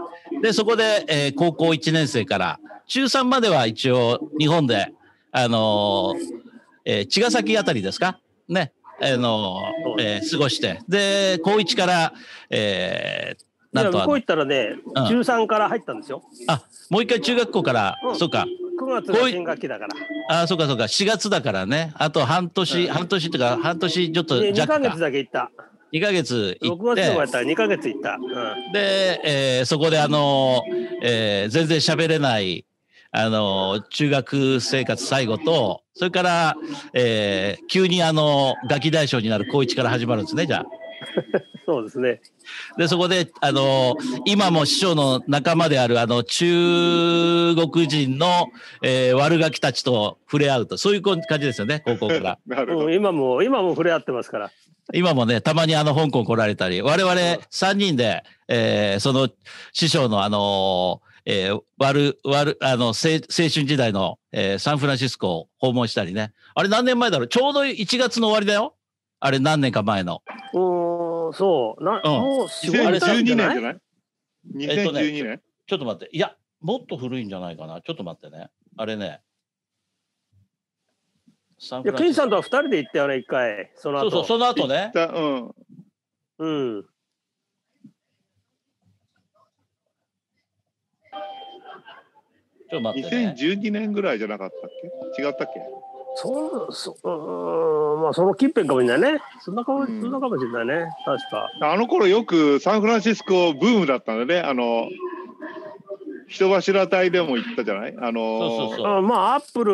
Speaker 1: で、そこで、えー高校1年生から中3までは一応日本で、あのーえー茅ヶ崎あたりですかね、あのーえー過ごして、で、高1から、えー
Speaker 2: い
Speaker 1: な
Speaker 2: や
Speaker 1: んと
Speaker 2: 向
Speaker 1: あ
Speaker 2: こう
Speaker 1: の
Speaker 2: 行ったらね、
Speaker 1: うん
Speaker 2: 中3から入ったんですよ。
Speaker 1: あもう一回中学校から、
Speaker 2: うん
Speaker 1: そうか
Speaker 2: 9月が新学期だから。
Speaker 1: あそうかそうか4月だからねあと半年、半年っていうか半年ちょっと
Speaker 2: で、2
Speaker 1: 弱
Speaker 2: ヶ
Speaker 1: か
Speaker 2: 月だけ行った。
Speaker 1: 2ヶ月行
Speaker 2: 6
Speaker 1: っ
Speaker 2: 月とかやってたら2ヶ月行った。うん
Speaker 1: で、えーそこであの、えー全然喋れないあの中学生活最後とそれから、えー急にあのガキ大将になる高一から始まるんですねじゃあ。
Speaker 2: そうですね。
Speaker 1: で、そこで、あの、今も師匠の仲間である、あの、中国人の、えー悪ガキたちと触れ合うと、そういう感じですよね、高校から。
Speaker 3: なるほ
Speaker 2: う
Speaker 3: ど
Speaker 2: ん、今も、今も触れ合ってますから。
Speaker 1: 今もね、たまにあの、香港来られたり、我々3人で、えーその、師匠のあのえー悪、悪、あの、青青春時代の、えーサンフランシスコを訪問したりね。あれ何年前だろうちょうど1月の終わりだよあれ何年か前の。
Speaker 2: うーん、そう。な、
Speaker 1: うん
Speaker 2: もう仕事
Speaker 1: あれ
Speaker 3: 2012年じゃ
Speaker 2: な
Speaker 3: ないい
Speaker 1: えっとね
Speaker 3: ?2012 年
Speaker 1: ちょっと待って。いや、もっと古いんじゃないかな。ちょっと待ってね。あれね。サン
Speaker 2: い
Speaker 1: フ
Speaker 2: や、
Speaker 1: ランシスコ
Speaker 2: ケンさんとは2人で行ったよね、1回。その
Speaker 1: そう
Speaker 2: 後。
Speaker 1: そう、その後
Speaker 3: 行
Speaker 1: ね
Speaker 3: っ。たうん
Speaker 2: うん。
Speaker 1: ちょっと待ってね。
Speaker 3: 2012年ぐらいじゃなかったっけ違ったっけ
Speaker 2: そんそうん、まあ、その近辺かもしれないね。そんなかも、
Speaker 3: うん
Speaker 2: そんなかもしれないね。確か。
Speaker 3: あの頃よくサンフランシスコブームだったんだねあの人柱隊でも行ったじゃないあ
Speaker 1: そう
Speaker 3: の
Speaker 1: そうそう。
Speaker 2: あまあ、アップ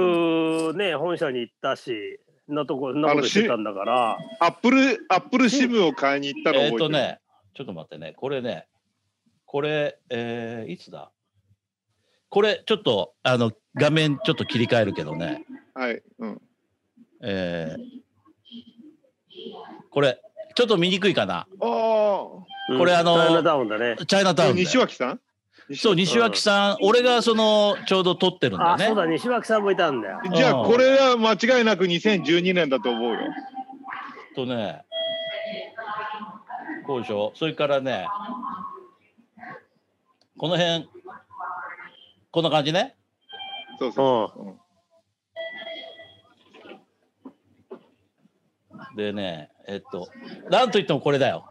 Speaker 2: ルね、本社に行ったし、なとこ、そんなことしてたんだから。
Speaker 3: アップルアップルシムを買いに行ったの
Speaker 1: えっ、
Speaker 3: 覚えてる、
Speaker 1: とね、ちょっと待ってね。これね、これ、えーいつだこれ、ちょっと、あの、画面ちょっと切り替えるけどね。
Speaker 3: はい、うん、
Speaker 1: えーこれ、ちょっと見にくいかな。
Speaker 3: ああ
Speaker 2: うん
Speaker 1: これあの
Speaker 2: チャイナダウンだね。
Speaker 1: チャイナタウンで。
Speaker 3: 西脇さん
Speaker 1: そう、西脇さん、俺がその、ちょうど撮ってるんだよ
Speaker 2: あ、
Speaker 1: ね。
Speaker 2: そうだ、西脇さんもいたんだよ。
Speaker 3: じゃ
Speaker 1: う
Speaker 3: あ
Speaker 1: ん
Speaker 3: これは間違いなく2012年だと思うよ
Speaker 1: とね、こうでしょ、それからね、この辺、こんな感じね。
Speaker 3: そうそう、うん
Speaker 1: でね、えっと、なんといってもこれだよ。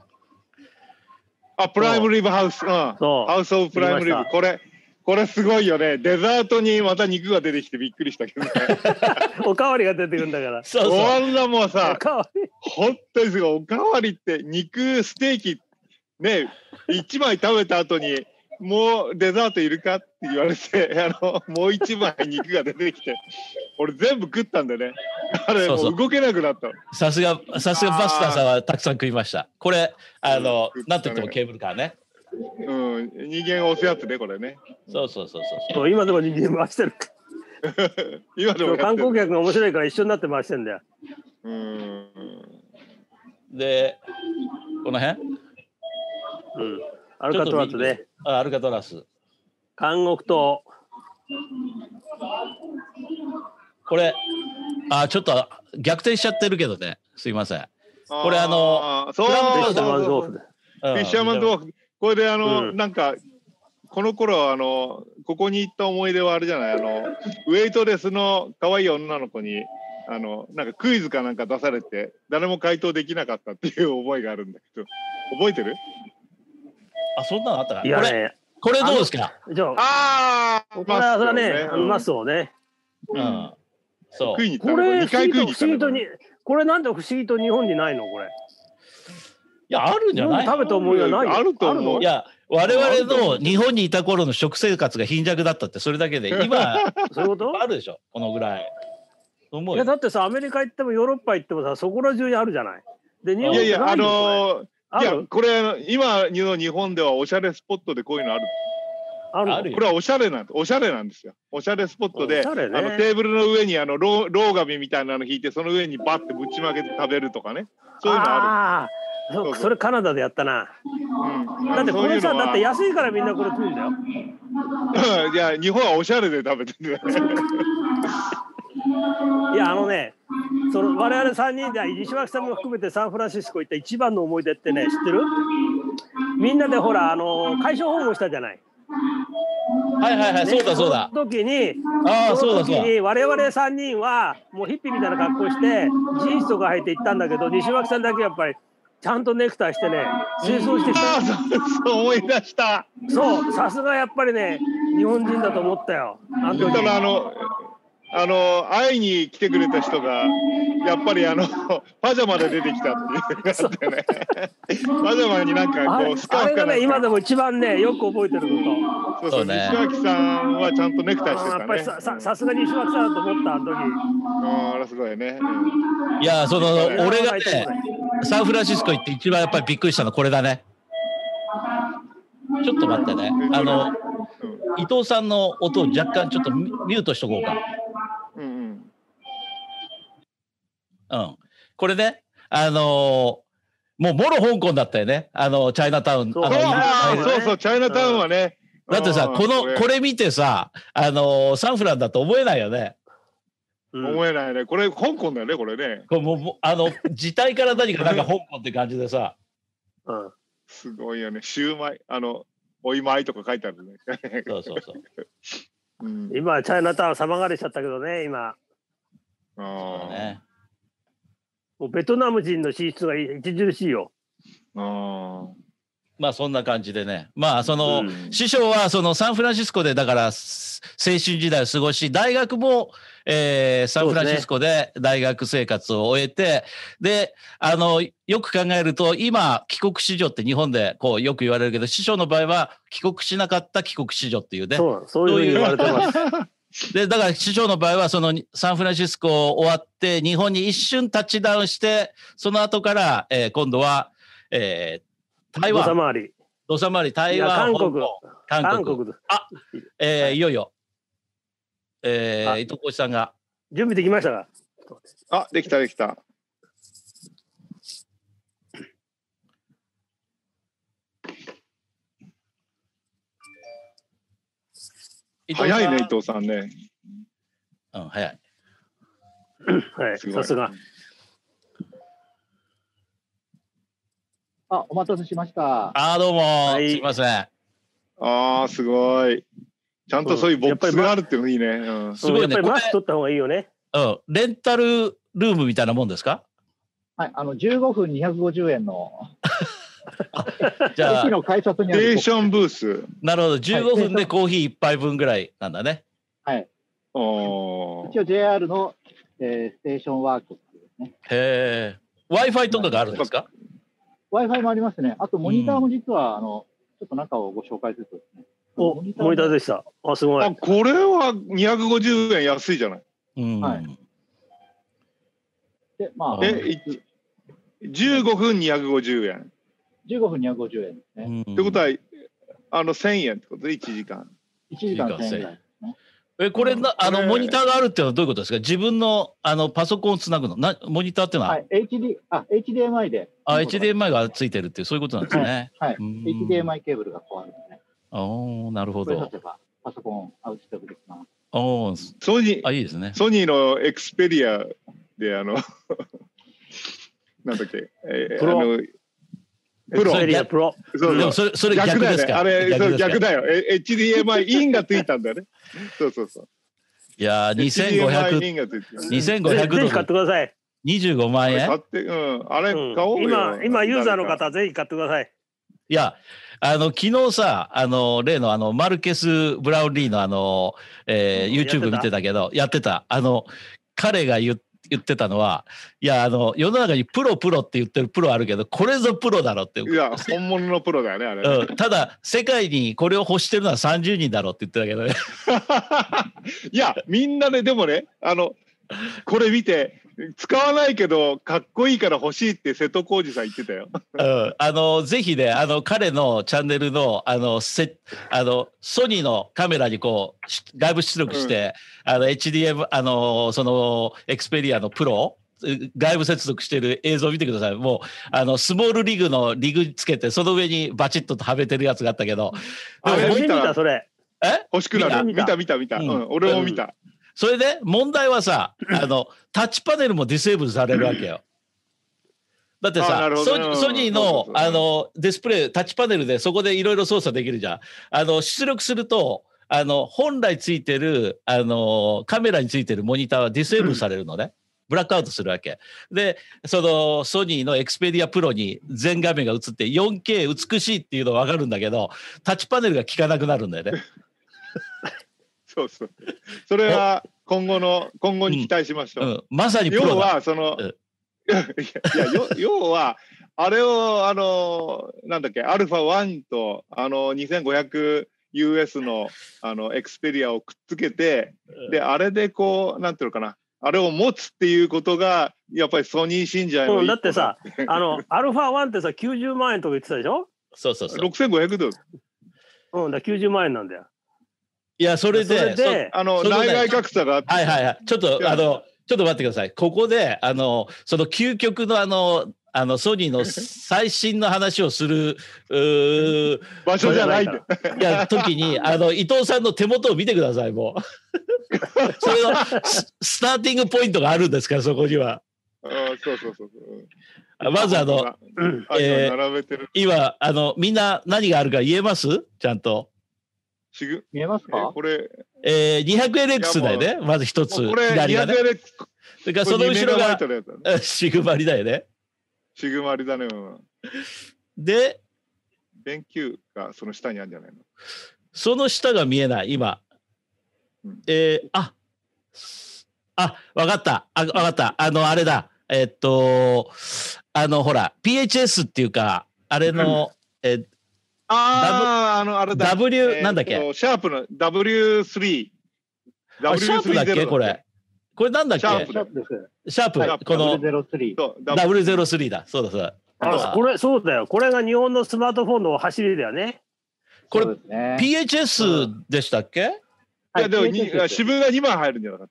Speaker 3: あプライムリブハウス、うん、
Speaker 2: そう
Speaker 3: ハウス・オブ・プライムリ
Speaker 2: 見
Speaker 3: ブ
Speaker 2: ました
Speaker 3: これこれすごいよねデザートにまた肉が出てきてびっくりしたけ
Speaker 1: [LAUGHS]
Speaker 3: どね
Speaker 2: おかわりが出てくるんだから。
Speaker 1: そうそう。
Speaker 3: あんなもう
Speaker 2: お
Speaker 3: さ
Speaker 2: かわり。
Speaker 3: 本当にすごいおかわりって肉ステーキね一枚食べた後にもうデザートいるかって言われて [LAUGHS] あのもう一枚肉が出てきて俺全部食ったんだよねあれ
Speaker 1: そうそう
Speaker 3: もう動けなくなったの
Speaker 1: さすが、さすがバスターさんはたくさん食いました。これ、あの
Speaker 3: うん、
Speaker 1: なんといってもケーブルカーね。
Speaker 3: うん人間を押すやつねこれね
Speaker 1: そうそうそうそう。
Speaker 2: そう今でも人間回してる。
Speaker 3: 今で
Speaker 2: そ
Speaker 3: も
Speaker 2: う
Speaker 3: や
Speaker 2: 観
Speaker 3: ってる
Speaker 2: 光客が面白いから一緒になって回してんだよ。
Speaker 3: うん
Speaker 1: で、この辺
Speaker 2: うん。アルカトラスね。。
Speaker 1: あアルカトラス。
Speaker 2: 監獄と、
Speaker 1: これ、あ、ちょっと逆転しちゃってるけどね。すいません。これあの
Speaker 3: ーそう
Speaker 1: フ
Speaker 2: フィ
Speaker 1: ラ
Speaker 2: ッシャーマンズ
Speaker 3: そ
Speaker 2: オ
Speaker 3: う
Speaker 2: ーフで。
Speaker 1: フ
Speaker 3: フィッシャーマンズウォーク。これであの、
Speaker 2: うん
Speaker 3: なんか、この頃はあの、ここに行った思い出はあれじゃない、あの、ウェイトレスの可愛い女の子に、あの、なんかクイズかなんか出されて、誰も回答できなかったっていう思いがあるんだけど、覚えてる
Speaker 1: あ、そんなのあったかな。
Speaker 2: いや
Speaker 1: これ、
Speaker 2: ね、
Speaker 1: これどうですか
Speaker 2: じゃあ、
Speaker 3: ああ
Speaker 2: これはそれはね、うま
Speaker 3: う
Speaker 2: そうね。
Speaker 1: う
Speaker 3: うん
Speaker 1: ん。そ。
Speaker 3: 食いうに行った
Speaker 2: こ
Speaker 3: ね。2
Speaker 2: れ、不思
Speaker 3: 回
Speaker 2: 議と
Speaker 3: 食い
Speaker 2: 不
Speaker 3: に行った
Speaker 2: 思
Speaker 3: ね
Speaker 2: 議とに、これなんで不思議と日本にないのこれ。
Speaker 1: いや、あるんじゃない
Speaker 2: 日本に食べた思いがないの
Speaker 3: あると思う
Speaker 2: あの
Speaker 1: いや、我々の日本にいた頃の食生活が貧弱だったって、それだけで、今、
Speaker 2: [LAUGHS] そういうこと
Speaker 1: あるでしょ、このぐらい。と思
Speaker 2: いうや
Speaker 1: よ
Speaker 2: だってさアメリカ行ってもヨーロッパ行ってもさそこら中にあるじゃない。で日
Speaker 1: こ
Speaker 2: 本
Speaker 3: いやい
Speaker 2: じゃ
Speaker 3: や、
Speaker 2: な
Speaker 3: あ
Speaker 2: いの
Speaker 3: のい
Speaker 2: これあ
Speaker 3: や
Speaker 2: る
Speaker 3: これ今の日本ではおしゃれスポットでこういうのある
Speaker 2: あるの
Speaker 1: あるよ
Speaker 3: これはおしゃれなんおしゃれなんですよおしゃれスポット
Speaker 2: お
Speaker 3: で
Speaker 2: しゃれね
Speaker 3: あのテーブルの上にあのローローガミみたいなの引いてその上にバッてぶちまけて食べるとかねそういうのあ
Speaker 2: あーそう
Speaker 3: そうそう
Speaker 2: それカナダでやったな。
Speaker 3: る、うん、
Speaker 2: だってこれさ
Speaker 3: そういうのは
Speaker 2: だって安いからみんなこれ食うんだよ。
Speaker 3: [LAUGHS] いや日本はおしゃれで食べて
Speaker 2: [LAUGHS]
Speaker 3: る
Speaker 2: いやあのねその我々3人で西脇さんも含めてサンフランシスコ行った一番の思い出ってね知ってるみんなでほらあの会社訪問したじゃない。
Speaker 1: はいはいはい、
Speaker 2: ね
Speaker 1: そうだそうだ。
Speaker 2: その時に
Speaker 1: ああ、そうだそ
Speaker 2: 時
Speaker 1: うだ。
Speaker 2: に我々3人はもうヒッピーみたいな格好してジーンズとか履いて行ったんだけど西脇さんだけやっぱりちゃんとネクタイしてね清掃してき
Speaker 3: あ
Speaker 2: た
Speaker 3: あ、そうそう思い出した。
Speaker 2: そうさすがやっぱりね日本人だと思ったよあの
Speaker 3: だ
Speaker 2: 時
Speaker 3: からあの、あの、会いに来てくれた人が、やっぱりあの、パジャマで出てきた [LAUGHS] っていうのがあってね。パジャマになん
Speaker 2: あ
Speaker 3: かこ
Speaker 2: れ
Speaker 3: う、スカ
Speaker 2: あ
Speaker 3: ー
Speaker 2: れ
Speaker 3: フ
Speaker 2: が
Speaker 3: か
Speaker 2: ね
Speaker 3: な
Speaker 2: 今
Speaker 3: ん
Speaker 2: で
Speaker 3: か。
Speaker 2: も一番ねよく覚えてるこ
Speaker 3: そ
Speaker 2: と。
Speaker 3: うそ、
Speaker 1: そううね
Speaker 3: 西脇さんはちゃんとネクタイして
Speaker 2: あーや
Speaker 3: た
Speaker 2: っぱり
Speaker 3: ね。
Speaker 2: さささすがに石脇さんだと思ったあの時
Speaker 3: うんあら、すごいね。
Speaker 1: いや、その、
Speaker 3: いや
Speaker 1: 俺が
Speaker 2: いや
Speaker 1: ね、サンフランシスコ行って一番やっぱりびっくりしたのこれだね。ちょっと待ってね。あの、
Speaker 3: うん
Speaker 1: 伊藤さんの音を若干ちょっとミミュートしとこうか。
Speaker 3: うんうん。
Speaker 1: うん。これね、あのーもうもろ香港だったよね。あの、チャイナタウン。
Speaker 2: そう
Speaker 1: あの
Speaker 3: あ
Speaker 2: い
Speaker 3: あ
Speaker 2: い
Speaker 3: そうそう、チャイナタウンはね。
Speaker 1: だってさ、
Speaker 3: うん
Speaker 1: この、これ見てさ、あのーサンフランだと思えないよね。
Speaker 2: うん
Speaker 3: 思えないね。これ、香港だよね、これね。
Speaker 1: こうもうもうあの、自体から何かなんか香港って感じでさ。
Speaker 2: うん
Speaker 3: すごいよね。シューマイ、あの、おいまいとか書いてあるね。 [LAUGHS]
Speaker 1: そうそうそう。
Speaker 3: うん、
Speaker 2: 今チャイナタウン様変わりしちゃったけどね今
Speaker 3: あ
Speaker 1: そう
Speaker 3: あ、
Speaker 1: ね。
Speaker 2: もうベトナム人の進出が著しいよ
Speaker 3: あ
Speaker 1: まあそんな感じでね。まあその、
Speaker 3: うん
Speaker 1: 師匠はそのサンフランシスコでだからす青春時代を過ごし、大学も、えーサンフランシスコで大学生活を終えて、であの、よく考えると今帰国子女って日本でこうよく言われるけど、師匠の場合は帰国しなかった帰国子女っていうね。
Speaker 2: そうそういうふうに言われてます
Speaker 1: で、だから師匠の場合は、そのサンフランシスコを終わって、日本に一瞬タッチダウンして、その後から、えー今度は、えー台
Speaker 2: 誤差
Speaker 1: 湾、
Speaker 2: 回り
Speaker 1: 土佐回り、
Speaker 2: い
Speaker 1: 台
Speaker 2: や
Speaker 1: 湾、
Speaker 2: 韓国
Speaker 1: 香港韓
Speaker 2: 韓
Speaker 1: 国、
Speaker 2: 国です
Speaker 1: えー
Speaker 2: はい
Speaker 1: い、よいよ、えー
Speaker 2: あ
Speaker 1: 伊藤浩一さんが、
Speaker 2: 準備できましたか
Speaker 3: あ、できたできた。
Speaker 1: 伊藤さん
Speaker 3: 早いね、伊藤さんね。
Speaker 1: うん、早い。
Speaker 2: はい
Speaker 3: すごい
Speaker 2: さすが
Speaker 4: あ、お待たせしました。
Speaker 1: ああ、どうも、
Speaker 2: い
Speaker 1: すいません。
Speaker 3: ああ、すごい。ちゃんとそういうボックスがあるっていうのいいね。うん
Speaker 1: すごいね
Speaker 2: やっぱり
Speaker 1: これ
Speaker 2: マスク取った方がいいよね
Speaker 1: うん、レンタルルームみたいなもんですか
Speaker 4: はい、あの15分250円の
Speaker 1: じゃあ
Speaker 4: 駅、の改札に
Speaker 3: ス
Speaker 4: あ
Speaker 3: テ
Speaker 4: る
Speaker 3: ーションブース。
Speaker 1: なるほど、15分でコーヒー一杯分ぐらいなんだね。
Speaker 3: あ
Speaker 4: 一
Speaker 3: ー
Speaker 4: 応 JR の、えーステーションワークっていうね。
Speaker 1: へえ。Wi-Fi とかがあるんですか
Speaker 4: Wi-Fi もありますね。あとモニターも実は、あのちょっと中をご紹介するとですね。
Speaker 2: おモニターでしたあすご
Speaker 3: あ、
Speaker 2: い
Speaker 3: これは250円安いじゃない。
Speaker 1: うん、
Speaker 4: はいで、まあ、
Speaker 1: うん
Speaker 3: え、い15分250円。
Speaker 4: 15分250円です
Speaker 1: う
Speaker 4: ね。
Speaker 1: ん
Speaker 3: ってことは、あの1000円ってことで1時間。
Speaker 4: 1時間1000円ぐらい。
Speaker 1: えこれなあ
Speaker 3: こ
Speaker 1: の
Speaker 3: れ
Speaker 1: モニターがあるっていうのはどういうことですか自分のあのパソコンをつなぐのなモニターっていうのは、
Speaker 4: はい、HD、あ、HDMI で。
Speaker 1: あ HDMI がついてるっていうそういうことなんですね。
Speaker 4: はい、
Speaker 1: うん
Speaker 4: HDMI ケーブルがこうあるんですね。
Speaker 1: おーなるほ
Speaker 4: これ
Speaker 1: ど
Speaker 4: 立。てば、パソコンアウトしておくできます。
Speaker 1: おー
Speaker 3: ソニ
Speaker 1: あ
Speaker 3: ー、
Speaker 1: いいですね。
Speaker 3: ソニーのエクスペリアで、あの、 [LAUGHS] なんだっけ、えー
Speaker 2: プロ
Speaker 3: あのプロ
Speaker 2: エクスペリアプロ
Speaker 3: そうそう
Speaker 1: でもそれそれ逆
Speaker 3: だ
Speaker 1: で
Speaker 3: よ
Speaker 1: す
Speaker 3: ね。
Speaker 1: か
Speaker 3: あれ、そう
Speaker 1: です
Speaker 3: 逆
Speaker 1: か
Speaker 3: だよ。え HDMI インがついたんだよね。そうそう
Speaker 1: [LAUGHS]
Speaker 3: そう。
Speaker 1: いやー
Speaker 3: HDMI イ
Speaker 1: 2500,
Speaker 3: ンがついてる。
Speaker 1: 2500
Speaker 2: ぜ
Speaker 1: ドル
Speaker 2: ひ買ってください
Speaker 1: 25万円
Speaker 3: 買って、うん、あれ買おうよ。
Speaker 2: 今今ユーザーの
Speaker 3: 誰か。
Speaker 2: 方ぜひ買ってください。
Speaker 1: いや、あの、昨日さ、あの、例のあの、マルケス・ブラウンリーのあの、えー
Speaker 2: うんやってた
Speaker 1: YouTube 見てたけど、やってた。あの、彼が言言ってたのは、いや、あの、世の中にプロプロって言ってるプロあるけど、これぞプロだろって。
Speaker 3: いや、本物のプロだよね、あれ。
Speaker 1: うん、ただ、世界にこれを欲してるのは30人だろって言ってたけどね。
Speaker 3: [LAUGHS] いや、みんなね、でもね、あの、これ見て、使わないけど、かっこいいから欲しいって瀬戸康史さん言ってたよ。
Speaker 1: うん、あの、ぜひね、あの、彼のチャンネルの、あの、せ、あの、ソニーのカメラにこう、し外部出力して、あの、HDM、あの、その、エクスペリアのプロ、う外部接続してる映像を見てください。もう、あの、スモールリグのリグつけて、その上にバチッとはめてるやつがあったけど、
Speaker 3: あれ
Speaker 2: 欲しい
Speaker 3: 見
Speaker 2: んだ
Speaker 3: た、
Speaker 2: それ。
Speaker 1: え
Speaker 3: 欲しくなる。
Speaker 2: 見
Speaker 3: 見
Speaker 2: た
Speaker 3: た、見た、見た。
Speaker 1: う
Speaker 3: うんん、俺も見た。
Speaker 1: それで、問題はさ、あの、タッチパネルもディセーブルされるわけよ。だって
Speaker 3: あな
Speaker 1: さ、
Speaker 3: るほ
Speaker 1: ソ
Speaker 3: ど
Speaker 1: ニー
Speaker 3: うん
Speaker 1: ソニーの
Speaker 3: そうそうそう
Speaker 1: あのディスプレイ、タッチパネルでそこでいろいろ操作できるじゃん。あの出力すると、あの本来ついてるあのカメラについてるモニターはディセーブルされるのね、ブラックアウトするわけ。で、そのソニーのエクスペディアプロに全画面が映って 4K 美しいっていうのは分かるんだけど、タッチパネルが効かなくなるんだ
Speaker 3: [LAUGHS]
Speaker 1: よね。
Speaker 3: そうそう。それは今後の、今後に期待しまし
Speaker 1: う
Speaker 3: ょう。
Speaker 1: ん、まさにプロ
Speaker 3: 要
Speaker 1: だ。
Speaker 3: は、その、
Speaker 1: うん
Speaker 3: [LAUGHS] いや、よ要は、あれを、あの、なんだっけ、アルファ1と、あの、2500US の、あの、エクスペリアをくっつけて、で、あれでこう、なんていうのかな、あれを持つっていうことが、やっぱりソニー信者の
Speaker 2: うん、
Speaker 3: 一
Speaker 2: だ
Speaker 3: 歩
Speaker 2: ってさ、あの、アルファ1ってさ、90万円とか言ってたでしょ
Speaker 1: そうそうそう。
Speaker 3: 6500ドル。
Speaker 2: うん、だから90万円なんだよ。
Speaker 1: いや、それ
Speaker 2: そ
Speaker 1: で、
Speaker 2: れで、
Speaker 3: あの、
Speaker 1: それでね
Speaker 3: 内外格差があって、
Speaker 1: はいはい
Speaker 3: [LAUGHS]
Speaker 1: はい。ちょっと、あの、ちょっと待ってください。ここで、あの、その究極のあの、あの、ソニー
Speaker 3: [LAUGHS]
Speaker 1: の最新の話をする、う
Speaker 3: [LAUGHS]
Speaker 1: ー
Speaker 3: 場所じゃないんだよ。
Speaker 1: いや、時に、あの、伊藤さんの手元を見てください、もう。 [LAUGHS] それのススターティングポイントがあるんですから、そこには。
Speaker 3: うんそうそうそうそう。
Speaker 1: あまずあの、
Speaker 2: うん、
Speaker 3: あ
Speaker 1: えー
Speaker 3: 今並べてる。
Speaker 1: 今、あの、みんな何があるか言えますちゃんと。
Speaker 3: シグ
Speaker 4: 見えます
Speaker 3: え
Speaker 4: か
Speaker 3: これ、
Speaker 1: えー、200LX だよ
Speaker 3: い
Speaker 1: ね、まず一つ。
Speaker 3: これ、
Speaker 1: 左がね。
Speaker 3: 200で、
Speaker 1: それからその後ろが
Speaker 3: これ2メガバイトのやつだね
Speaker 1: あ [LAUGHS] シグマリだよね。
Speaker 3: シグマリだね。うん
Speaker 1: で、
Speaker 3: 電球がその下にあるんじゃないの
Speaker 1: その下が見えない、今
Speaker 3: うん。
Speaker 1: えー、あ、あ、わかった。あ、わかった。あの、あれだ。えっと、あの、ほら、PHS っていうか、あれの、えー
Speaker 3: ああ、あの、あれだ。
Speaker 1: W
Speaker 3: えー
Speaker 1: なんだっけ
Speaker 3: とシャープの W3。
Speaker 1: あシャープだっ
Speaker 3: W30
Speaker 1: けこれ。。これなんだっけ
Speaker 3: シ
Speaker 1: シ
Speaker 3: ャ
Speaker 1: ャ
Speaker 3: ー
Speaker 1: ー
Speaker 3: プ
Speaker 1: プ
Speaker 4: シャープです。
Speaker 3: シャープ
Speaker 1: この
Speaker 4: 003。
Speaker 3: そう、W。
Speaker 1: W03 だ。そうだそうだ。
Speaker 2: あこれ、そうだよ。これが日本のスマートフォンの走りだよね。
Speaker 1: これ
Speaker 4: そうですね
Speaker 1: PHS でしたっけ
Speaker 3: いや、でも、
Speaker 4: はい
Speaker 3: に
Speaker 4: PHS です
Speaker 3: 渋が2枚入るんじゃなかっ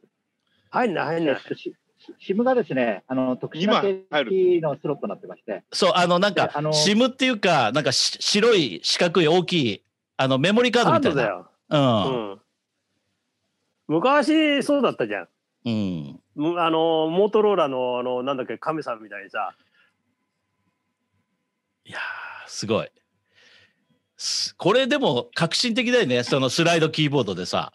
Speaker 2: 入んない、入んない。
Speaker 4: しシムがですね、あの特殊
Speaker 3: 今
Speaker 4: な
Speaker 3: 入る
Speaker 4: 形式のスロットになってまして、
Speaker 1: そう、あの、なんか
Speaker 4: で、あの
Speaker 1: SIM っていうか、なんかし白い四角い大きい、あの、メモリーカード
Speaker 2: ハー
Speaker 1: みた
Speaker 2: ド
Speaker 1: い
Speaker 2: だ
Speaker 1: な。
Speaker 2: よ。う。
Speaker 1: うん
Speaker 2: 昔、そうだったじゃ
Speaker 1: ん。う
Speaker 2: ん。
Speaker 1: ん。
Speaker 2: むあの、モートローラの、あの、なんだっけ、神さんみたいにさ、
Speaker 1: いやー、すごい。すこれでも革新的だよね、そのスライドキーボードでさ。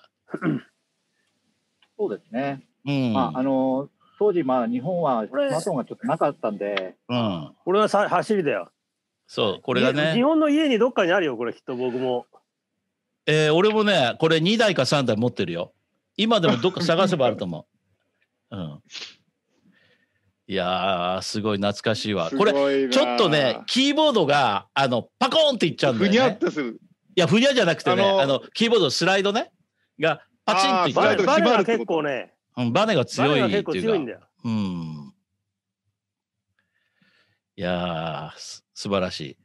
Speaker 4: そうですね。
Speaker 1: うん。
Speaker 4: まああの当時まあ日本はスマートフォンがちょっとなかったんで、
Speaker 1: うん。
Speaker 2: これはさ走りだよ。
Speaker 1: そう、これが
Speaker 2: い日
Speaker 1: ね、
Speaker 2: 本の家にどっかにあるよ、これ、きっと僕も。
Speaker 1: えー俺もね、これ2台か3台持ってるよ。今でもどっか探せばあると思う。うん。いやー、すごい懐かしいわ。
Speaker 3: た。
Speaker 1: これ、
Speaker 3: れ
Speaker 1: ちょっとね、キーボードが、あの、パコーンっていっちゃうんだ
Speaker 3: ふ
Speaker 1: よ
Speaker 3: にゃっ
Speaker 1: ね。
Speaker 3: とする。
Speaker 1: いや、ふにゃじゃなくてね、
Speaker 3: あの
Speaker 1: あの、キーボードスライドね、が、パチンっていっち
Speaker 2: バ
Speaker 1: ゃ
Speaker 2: ネ
Speaker 1: うの
Speaker 3: あ
Speaker 2: バネ
Speaker 3: 縛る
Speaker 2: が
Speaker 3: ってこと
Speaker 2: 結構ね、
Speaker 1: うん。バネが
Speaker 2: バ
Speaker 1: 強
Speaker 2: ネ
Speaker 1: い
Speaker 2: が
Speaker 1: ってい
Speaker 2: 結
Speaker 1: うか。
Speaker 2: 構強いんだよ。
Speaker 1: うん。いやー、す素晴らしい。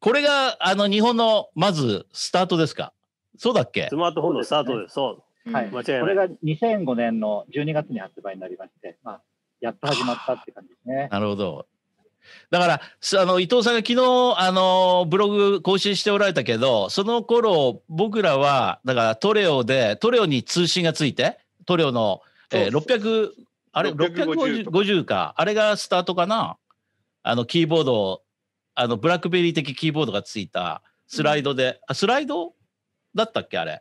Speaker 1: これが、あの、日本の、まず、スタートですかそうだっけ
Speaker 2: スマートフォンのスタートで、そ
Speaker 3: うん
Speaker 4: はい、
Speaker 2: 間
Speaker 4: こ
Speaker 2: 違いない
Speaker 4: れが2005年の12月に発売になりまして、まあやっと始まったって感じですね。
Speaker 1: なるほど。だから、すあの、伊藤さんが昨日、あの、ブログ更新しておられたけど、その頃、僕らは、だからトレオで、トレオに通信がついて、トレオの、えー
Speaker 3: そうそう
Speaker 1: 600、あれ、
Speaker 3: 650
Speaker 1: 650か。あれがスタートかな。あの、キーボードを、あの、ブラックベリー的キーボードがついたスライドで、あ、スライドだったっけあれ。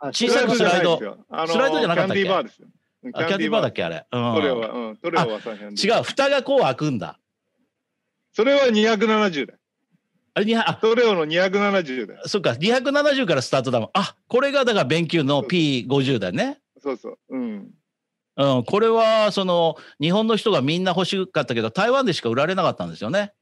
Speaker 4: あ
Speaker 1: 小さいスライド
Speaker 3: じゃないですよ
Speaker 1: スライドじゃなかったっけ
Speaker 3: あのキャンディーバーですよ。キ
Speaker 1: あキャンディーバーだっけあれ。うん
Speaker 3: トレオは、うん、トレオはさ、違う
Speaker 1: 違う、蓋がこう開くんだ。
Speaker 3: それは270だ。
Speaker 1: あれに、あ、
Speaker 3: トレオの270だ。
Speaker 1: そっか、270からスタートだもん。あ、これがだから勉強の P50 だね。
Speaker 3: そうそう。うん。
Speaker 1: うん、これはその日本の人がみんな欲しかったけど、台湾でしか売られなかったんですよね。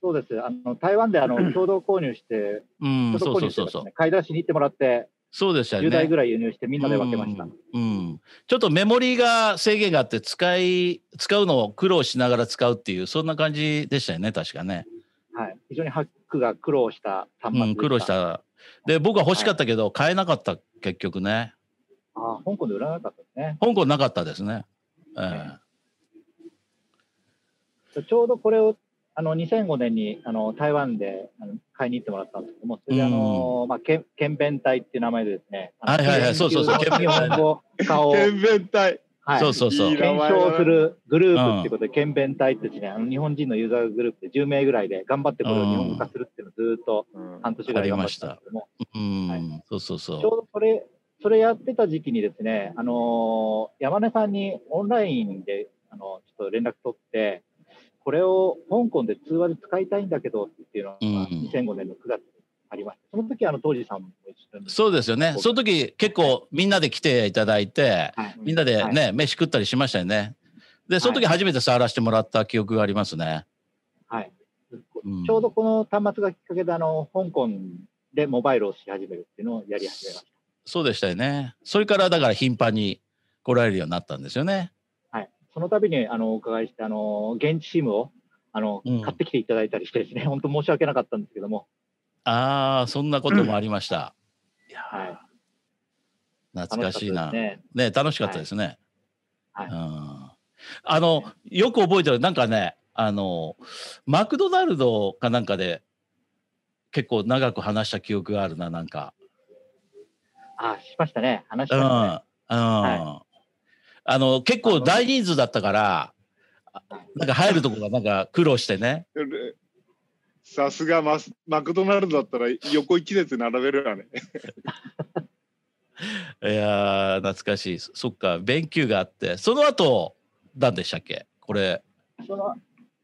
Speaker 4: そうです。あの台湾であの共同購入して、
Speaker 1: うん、
Speaker 4: 共
Speaker 1: そ
Speaker 4: 同
Speaker 1: う
Speaker 4: 購
Speaker 1: そう
Speaker 4: 入し
Speaker 1: そう
Speaker 4: てです
Speaker 1: そう
Speaker 4: ね。。買い出しに行ってもらって、
Speaker 1: そうでしたよね。
Speaker 4: 10台ぐらい輸入してみんなで分けました。
Speaker 1: うん、ちょっとメモリーが制限があって使い使うのを苦労しながら使うっていうそんな感じでしたよね確かね、
Speaker 4: はい。非常にハックが苦労した端末
Speaker 1: う
Speaker 4: で
Speaker 1: ん、
Speaker 4: した。
Speaker 1: 苦労し。たで僕は欲しかったけど買えなかった結局ね
Speaker 4: あ香港で売らなかったですね。
Speaker 1: 香港なかったですね、ええ
Speaker 4: ちょうどこれをあの2005年にあの台湾であの買いに行ってもらったんですけども、それであの、まあ、けん検弁隊っていう名前でですね、あの
Speaker 1: はいはいはいそうそうそう
Speaker 4: 研究の日本語化を、
Speaker 3: 天弁隊。
Speaker 4: はい
Speaker 1: そうそうそう
Speaker 3: いいな
Speaker 4: 検証するグループっていうことで、検弁隊ってですね、あの日本人のユーザーグループで10名ぐらいで頑張ってこれを日本語化するっていうのをずっと
Speaker 3: うん
Speaker 4: 半年ぐらい頑張ってたんですけども、
Speaker 1: うん
Speaker 4: はい
Speaker 1: そうそう
Speaker 4: ちょ
Speaker 1: そ
Speaker 4: うどそれ、それやってた時期にですね、あのー山根さんにオンラインでと連絡取って、これを香港で通話で使いたいんだけどっていうのが
Speaker 1: うん
Speaker 4: 2005年の9月にありました。その時あの当時さんも一緒に。
Speaker 1: そうですよね。その時結構みんなで来ていただいて、
Speaker 4: はい
Speaker 1: みんなでね、飯食ったりしましたよね。で、その時初めて触らせてもらった記憶がありますね。
Speaker 4: はい
Speaker 1: うん
Speaker 4: ちょうどこの端末がきっかけであの香港でモバイルをし始めるっていうのをやり始めまし
Speaker 1: そうでしたよね。それからだから頻繁に来られるようになったんですよね。
Speaker 4: た。はい、その度にあのお伺いしてあの現地チームをあの、
Speaker 1: うん
Speaker 4: 買ってきていただいたりしてですね [LAUGHS] 本当申し訳なかったんですけども、
Speaker 1: ああ、そんなこともありました。
Speaker 4: はい、
Speaker 1: 懐かしいな。
Speaker 4: 楽かったですね
Speaker 1: ね、楽しかったですね。
Speaker 4: はいはい
Speaker 1: うんあの、よく覚えてる、なんかね、あの、マクドナルドかなんかで。結構長く話した記憶があるな、なんか。
Speaker 4: あしましたね話し
Speaker 1: う
Speaker 4: ま
Speaker 1: ん、う
Speaker 4: し
Speaker 1: ん。
Speaker 4: たね、
Speaker 1: あの、結構大人数だったから。あなんか入るとこがなんか苦労してね。
Speaker 3: でさすがマスマクドナルドだったら横一列並べるわね。
Speaker 1: いやー懐かしい。そそっか、勉強があって、その後、何でしたっけこれ。
Speaker 4: その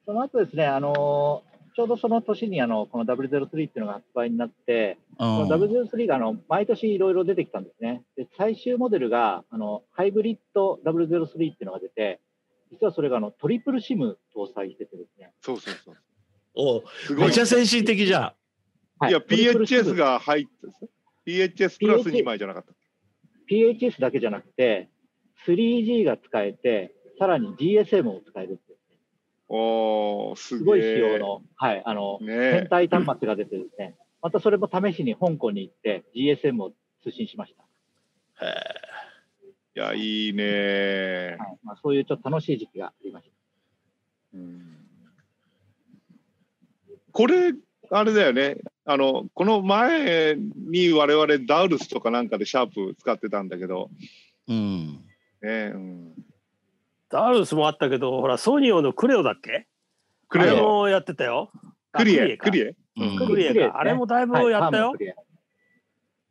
Speaker 4: その後ですねあのちょうどその年にあのこの W03 っていうのが発売になって、
Speaker 1: う
Speaker 4: こ
Speaker 1: ん。
Speaker 4: の W03 があの毎年いろいろ出てきたんですね。で最終モデルがあのハイブリッド W03 っていうのが出て、実はそれがあのトリプルシム搭載しててですね。
Speaker 3: そうそうそう。
Speaker 1: お
Speaker 3: すご
Speaker 1: めっ
Speaker 3: いね。
Speaker 1: ちゃ先進的じゃん。
Speaker 4: はい
Speaker 3: や、
Speaker 4: トリプルシム
Speaker 3: PHS が入ってさ PHS プラス
Speaker 4: PHS
Speaker 3: 2枚じゃなかった。
Speaker 4: PHS だけじゃなくて、3G が使えて、さらに GSM を使えるっていう、
Speaker 3: おー、す
Speaker 4: すご
Speaker 3: げ
Speaker 4: い仕様
Speaker 3: え。
Speaker 4: の、はい、あの、
Speaker 3: ね
Speaker 4: 天
Speaker 3: え。
Speaker 4: 体端末が出てですね、またそれも試しに香港に行って、GSM を通信しました。
Speaker 1: へー
Speaker 3: いや、いいね。
Speaker 4: はいまあ、そういうちょっと楽しい時期がありまし
Speaker 3: これ、あれだよね。あの、この前に我々ダウルスとかなんかでシャープ使ってたんだけど、
Speaker 1: うん。
Speaker 3: ねうん、
Speaker 2: ダルスもあったけどほらソニオのクレオだっけ
Speaker 3: クレ
Speaker 2: あれ
Speaker 3: オ、
Speaker 2: もやってたよ
Speaker 4: あ
Speaker 3: クリエ、
Speaker 2: ク
Speaker 3: クリ
Speaker 2: リ
Speaker 3: エ。
Speaker 1: うん
Speaker 2: クリエ
Speaker 4: クリエ
Speaker 2: か、
Speaker 4: ですね
Speaker 2: あれもだい
Speaker 4: た。
Speaker 2: ぶやったよ、
Speaker 4: はいパームのクリエ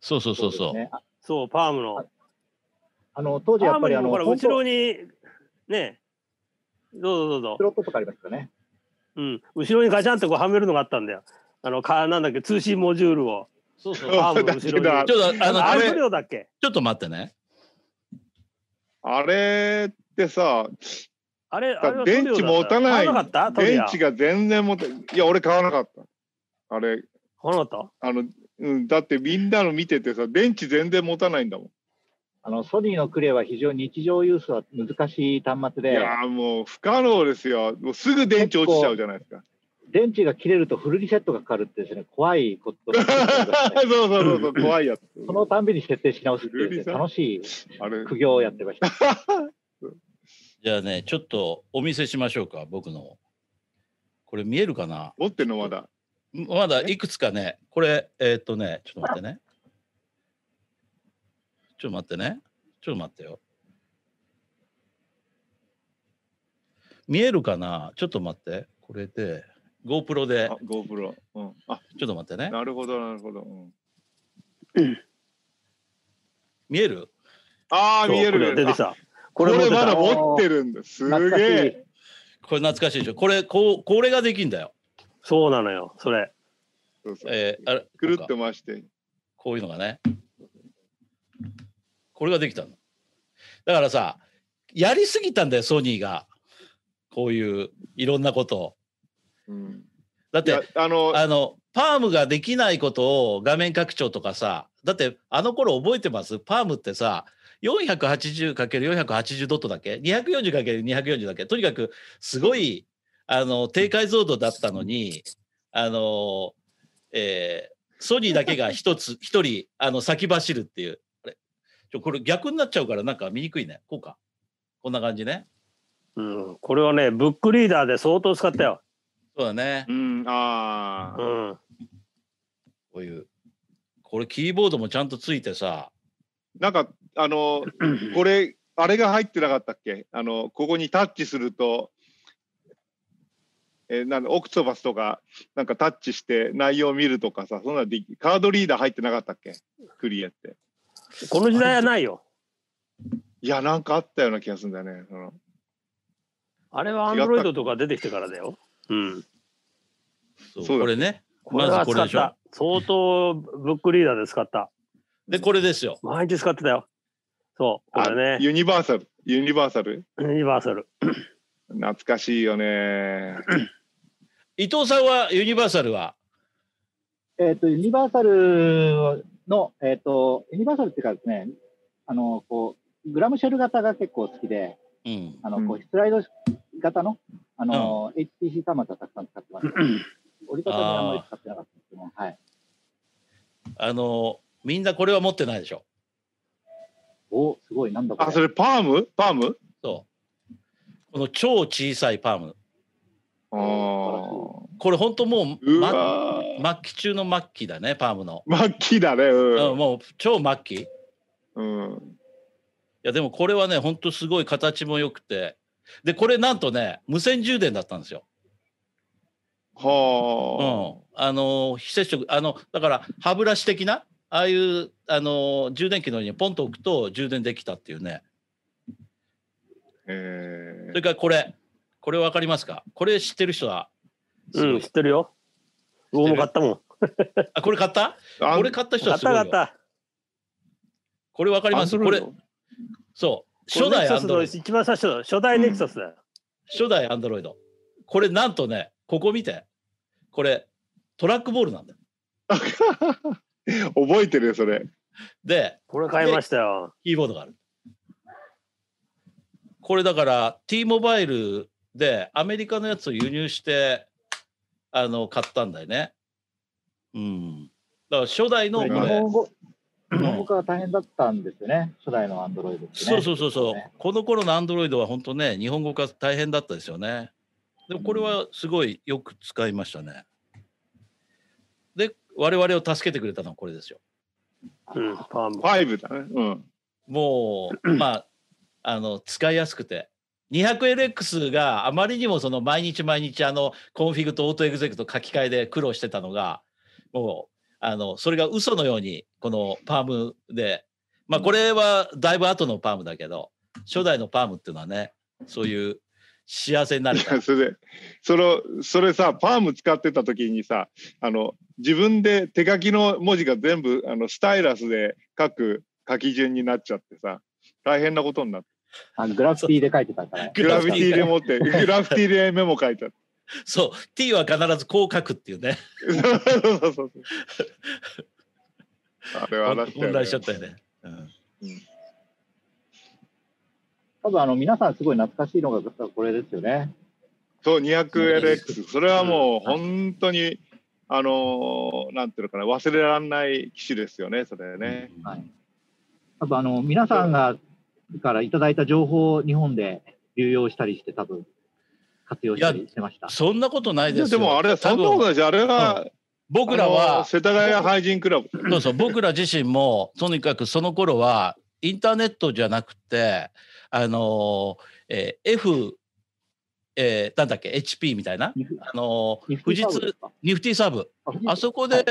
Speaker 1: そうそうそうそう。
Speaker 4: ですねあ
Speaker 2: そうパームの
Speaker 4: あの当時や
Speaker 2: パー
Speaker 4: っぱ
Speaker 2: ム
Speaker 4: り
Speaker 2: に
Speaker 4: あ
Speaker 2: も
Speaker 4: の
Speaker 2: ほら
Speaker 4: コン
Speaker 2: 後
Speaker 4: トロ
Speaker 2: ろにねどうぞどう
Speaker 4: ス
Speaker 2: ぞ、
Speaker 4: ロットとかありましたよね。
Speaker 2: うん、後ろにガチャンってこうはめるのがあったんだよあのかなんだっけ通信モジュールを
Speaker 1: そうそう
Speaker 2: パームの後ろに
Speaker 1: ちょっと、あの、
Speaker 2: あ
Speaker 1: あ
Speaker 2: れ
Speaker 1: れ
Speaker 2: クレオだっけ
Speaker 1: ちょっと待ってね。
Speaker 3: あれってさ、
Speaker 2: あれあれは
Speaker 3: 電池持たない
Speaker 2: トリオだった買わなかったトリ
Speaker 3: 電
Speaker 2: ア
Speaker 3: 池が全然持て、いや、俺買わなかった。あれ、
Speaker 2: 買わなかっ
Speaker 3: あの、うん、だってみんなの見ててさ、電池全然持たないんだもん。
Speaker 4: あのソニーのクレアは非常に日常ユースは難しい端末
Speaker 3: い
Speaker 4: で、
Speaker 3: やーもう不可能ですよ。もうすぐ電池落ちちゃうじゃないですか。
Speaker 4: 電池が切れるとフルリセットがかかるってですね、怖いことが
Speaker 3: [LAUGHS] そうそうそうそう、怖いやつ。
Speaker 4: そのたんびに設定し直すっていうですね、楽しい
Speaker 3: あれ、
Speaker 4: 苦行をやってました。
Speaker 1: じゃあね、ちょっとお見せしましょうか、僕の。これ見えるかな
Speaker 3: 持ってんのまだ。
Speaker 1: まだいくつかね、これ、えーっとね、ちょっと待ってね。ちょっと待ってね。ちょっと待ってよ。見えるかなちょっと待って。これで、GoPro で
Speaker 3: あ、、GoPro。うん。あ、
Speaker 1: ちょっと待ってね。
Speaker 3: なるほど、なるほど。うん
Speaker 1: 見える
Speaker 3: あ
Speaker 2: た
Speaker 3: あ、見え
Speaker 2: そうクレ
Speaker 3: る
Speaker 2: オ出
Speaker 3: ね。
Speaker 2: てき
Speaker 3: あ
Speaker 2: た
Speaker 3: こ
Speaker 2: これ
Speaker 3: れ
Speaker 2: 持って
Speaker 3: まだ
Speaker 2: た
Speaker 3: 持ってるんだ。す
Speaker 4: 懐
Speaker 3: げ
Speaker 4: かしい
Speaker 3: え。
Speaker 1: これ懐かしいでしょ。これ、こう、これができんだよ。
Speaker 2: そうなのよそれ
Speaker 3: そうそう
Speaker 1: えーあれ、
Speaker 3: くる
Speaker 1: なん
Speaker 3: っ
Speaker 1: か
Speaker 3: と回して。
Speaker 1: こういうのがね。これができたの。だからさ、やりすぎたんだよ、ソニーが。こういういろんなことを。
Speaker 3: うん。
Speaker 1: だっ
Speaker 3: いや
Speaker 1: て、、
Speaker 3: あの、
Speaker 1: あの、パームができないことを画面拡張とかさ、だってあの頃覚えてますパームってさ、480×480 ドットだっけ ?240×240 だっけとにかくすごい、あの、低解像度だったのに、あの、えーソニーだけが一つ、一人、あの、先走るっていう。あれちょ、これ逆になっちゃうからなんか見にくいね。こうか。こんな感じね。
Speaker 2: うん、これはねブックリーダーで相当使ったよ、
Speaker 1: そうだね
Speaker 3: う。ん、ああ。
Speaker 2: う
Speaker 3: [LAUGHS]
Speaker 2: ん、
Speaker 1: こういう。これキーボードもちゃんとついてさ、
Speaker 3: なんか、あの、これ、あれが入ってなかったっけあの、ここにタッチすると、えーなんだオクトバスとか、なんかタッチして内容を見るとかさ、そんなできカードリーダー入ってなかったっけクリエって。
Speaker 2: この時代はないよ
Speaker 3: いや、なんかあったような気がするんだよね。その
Speaker 2: あれはアンドロイドとか出てきてからだよ。うん。
Speaker 1: そう
Speaker 3: そうだ
Speaker 1: これね。
Speaker 2: これは
Speaker 1: まずこれ
Speaker 2: 使っ
Speaker 1: でしょ
Speaker 2: た。相当ブックリーダーで使った。
Speaker 1: で、これですよ。
Speaker 2: 毎日使ってたよ。そう、こ
Speaker 3: あ
Speaker 2: れね。
Speaker 3: ユニバーサルユニバーサル
Speaker 2: ユニバーサル。
Speaker 3: 懐かしいよね
Speaker 1: 伊藤さんはユニバーサルは。
Speaker 4: えっ、と、ユニバーサルの、えっ、と、ユニバーサルっていうかですね、あの、こう、グラムシェル型が結構好きで、
Speaker 1: うん。
Speaker 4: あの、こ
Speaker 3: う
Speaker 4: う、スライド型の、あの、HTC 端末はたくさん使ってます。折りたたみはあんまり使ってなかったんですけども、はい。
Speaker 1: あの、みんなこれは持ってないでしょ。
Speaker 4: お、すごい、なんだこ
Speaker 3: あそ
Speaker 4: れ。
Speaker 3: れパームパーム
Speaker 1: そう。この超小さいパーム。
Speaker 3: あー
Speaker 1: これ本当もう、
Speaker 3: う
Speaker 1: ま、
Speaker 3: わー
Speaker 1: 末期中の末期だね、パームの。
Speaker 3: マッキーだね
Speaker 1: うん、
Speaker 3: う
Speaker 1: もう超末期。い
Speaker 3: ん、うん、
Speaker 1: や、でもこれはね、本当すごい形も良くて。で、これなんとね、無線充電だったんですよ。
Speaker 3: は
Speaker 1: うん、あの非接触あのだから歯ブラシ的なああいうあの充電器の上にポンと置くと充電できたっていうね
Speaker 3: あ、え
Speaker 1: そ
Speaker 3: ー
Speaker 1: れからこれこれ分かりますかこれ知ってる人は
Speaker 2: うん、知ってるよ。僕も買ったもん。
Speaker 1: あこれ買った
Speaker 3: あん
Speaker 1: これ買った人
Speaker 2: 買
Speaker 1: は
Speaker 2: っ
Speaker 1: すご
Speaker 2: た
Speaker 1: い
Speaker 2: 買っ
Speaker 1: よ
Speaker 2: た。
Speaker 1: これ分かりますこ
Speaker 3: Android？
Speaker 1: れそう初代
Speaker 2: こ
Speaker 1: ア
Speaker 2: れ
Speaker 1: ンドロイ
Speaker 2: ネクサス
Speaker 1: ド
Speaker 2: の一番最初だ。初代ネクサスだよ。
Speaker 1: 初代アンドロイドこれなんとねここ見てこれトラックボールなんだよ
Speaker 3: 覚えてるよそれ
Speaker 1: で
Speaker 2: これ買いましたよ。
Speaker 1: キーボードがある。これだから T モバイルでアメリカのやつを輸入してあの買ったんだよね。うん。だから初代の
Speaker 4: こ
Speaker 1: こ
Speaker 4: れ
Speaker 1: れ
Speaker 4: 日本語、日本語が大変だったんですよね、初代のアンドロイドって、ね。
Speaker 1: そうそうそうそう、
Speaker 4: ね
Speaker 1: この頃のアンドロイドは本当ね日本語化大変だったですよね。でもこれはすごいよく使いましたね。で我々を助けてくれたのはこれですよ。
Speaker 2: うん、パーム
Speaker 3: フ。ァイブだねうん [LAUGHS]
Speaker 1: もうまああの使いやすくて 200LX があまりにもその毎日毎日あのコンフィグとオートエグゼクと書き換えで苦労してたのがもうあのそれが嘘のようにこのパームでまあこれはだいぶ後のパームだけど初代のパームっていうのはねそういう幸せになれ
Speaker 3: [LAUGHS]
Speaker 1: た
Speaker 3: それでそれをそれさパーム使ってた時にさあの自分で手書きの文字が全部あのスタイラスで書く書き順になっちゃってさ大変なことになって
Speaker 4: あのグラフィティで書いてたから、ね。
Speaker 1: グ
Speaker 3: グラフィティで
Speaker 1: で
Speaker 3: 持って [LAUGHS] グラフィティでメモ書いちゃって [LAUGHS]
Speaker 1: そう T は必ずこう書くっていうね
Speaker 3: そうそうそうあれは
Speaker 1: 混
Speaker 3: 笑っちゃう
Speaker 1: 乱しちゃったよ
Speaker 3: ね
Speaker 1: ね。うん
Speaker 4: 多分あの皆さんすごい懐かしいのがこれですよね。
Speaker 3: そう 200LX それはもう本当にあのーなんていうのかな忘れられない機種ですよねそれね、
Speaker 4: はい。多分あの皆さんがからいただいた情報を日本で流用したりして多分活用したりしてました。
Speaker 1: そんなことない
Speaker 3: い
Speaker 1: で
Speaker 3: や
Speaker 1: す
Speaker 3: で
Speaker 1: よ。
Speaker 3: もあれはそんなことないしあれは、
Speaker 1: 僕ら
Speaker 3: あの
Speaker 1: は
Speaker 3: 世田谷俳人クラブ。
Speaker 1: そうそう僕ら自身もとにかくその頃はインターネットじゃなくてあのー、えー F、えーなんだっけ HP みたいな
Speaker 4: ニフ
Speaker 1: あのー
Speaker 4: ニフ
Speaker 1: 富
Speaker 4: テ
Speaker 1: 士
Speaker 4: ィサーブで
Speaker 1: 通
Speaker 4: すか
Speaker 1: ニフティサーブ
Speaker 4: あ富士
Speaker 1: あそこで、
Speaker 4: はい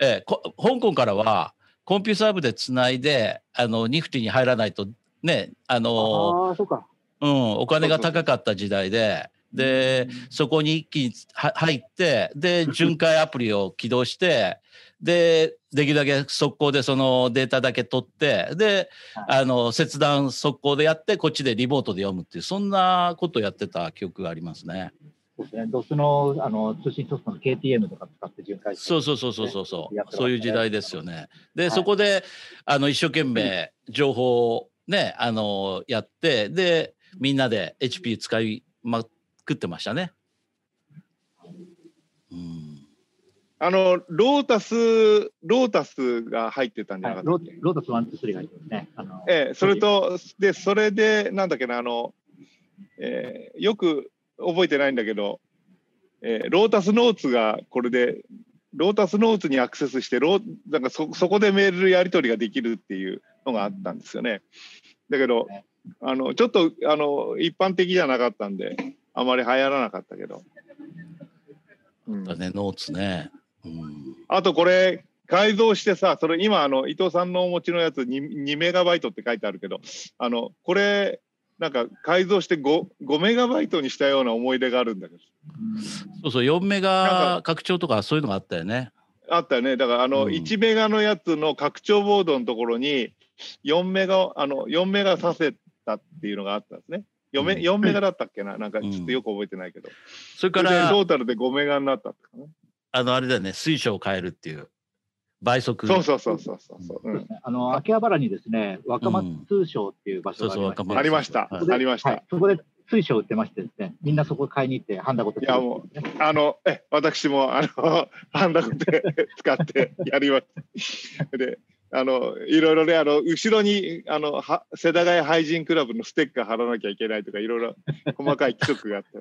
Speaker 1: えーこ香港からはコンピューサーブでつないであのニフティに入らないとねあのー
Speaker 4: ああ、そうか。
Speaker 1: うん、お金が高かった時代で。で、そこに一気には入って、で、巡回アプリを起動して、で、できるだけ速攻でそのデータだけ取って、で、
Speaker 4: はい
Speaker 1: あの、切断速攻でやって、こっちでリモートで読むっていう、そんなことやってた記憶がありますね。
Speaker 4: そうですね。DOS のあの通信ソフトの KTM とか使って巡回して。
Speaker 1: そうそうそうそうそうそう、
Speaker 4: やってましたね
Speaker 1: そういう時代ですよね。で、
Speaker 4: はい
Speaker 1: そこであの一生懸命情報をねあのやってでみんなで HP 使いまくってましたね。うん、
Speaker 3: あの、ロータス、ロータスが入ってたんじゃ
Speaker 4: は
Speaker 3: ないかった
Speaker 4: ロ
Speaker 3: っ
Speaker 4: ー
Speaker 3: け、
Speaker 4: ロータスワンツースリーがありますね。あの
Speaker 3: ええ、それと、で、それで、なんだっけな、あの、ええよく覚えてないんだけど、ええロータスノーツがこれで、ロータスノーツにアクセスして、ローなんかそそこでメールやり取りができるっていうのがあったんですよね。だけど、あのちょっとあの一般的じゃなかったんで、あまり流行らなかったけど。うん
Speaker 1: だねノーツね。うん、
Speaker 3: あとこれ改造してさ、それ今あの伊藤さんのお持ちのやつに 2, メガバイトって書いてあるけど、あのこれなんか改造して 5, 5メガバイトにしたような思い出があるんだけど
Speaker 1: そうそう、4メガ拡張とかそういうのがあったよね。
Speaker 3: あったよねだからあ
Speaker 1: う
Speaker 3: の
Speaker 1: ん
Speaker 3: 1メガのやつの拡張ボードのところに4メガあの4メガさせたっていうのがあったんですね4メ
Speaker 1: うん
Speaker 3: ,4 メガだったっけななんか
Speaker 1: う
Speaker 3: ち
Speaker 1: ん
Speaker 3: ょっとよく覚えてないけど、
Speaker 1: それ
Speaker 3: そ
Speaker 1: か
Speaker 3: れで
Speaker 1: ら
Speaker 3: ト、ータルで5メガになったとかね
Speaker 1: あの、あれだよね、水晶を変えるっていう、倍速。
Speaker 3: そうそうそうそうそうそう、うん
Speaker 4: あの秋葉原にですね、若松通商っていう場所がありまして
Speaker 1: うんそうそう若松はい
Speaker 3: ありました、
Speaker 4: そこで
Speaker 3: ありました、
Speaker 4: はい、そこで通商売ってましてですね、みんなそこ買いに行って、ハンダごと。
Speaker 3: いやもあのえ私もあの [LAUGHS] ハンダコで使ってやります。であのいろいろねあの後ろにあのは世田谷廃人クラブのステッカー貼らなきゃいけないとかいろいろ細かい規則があって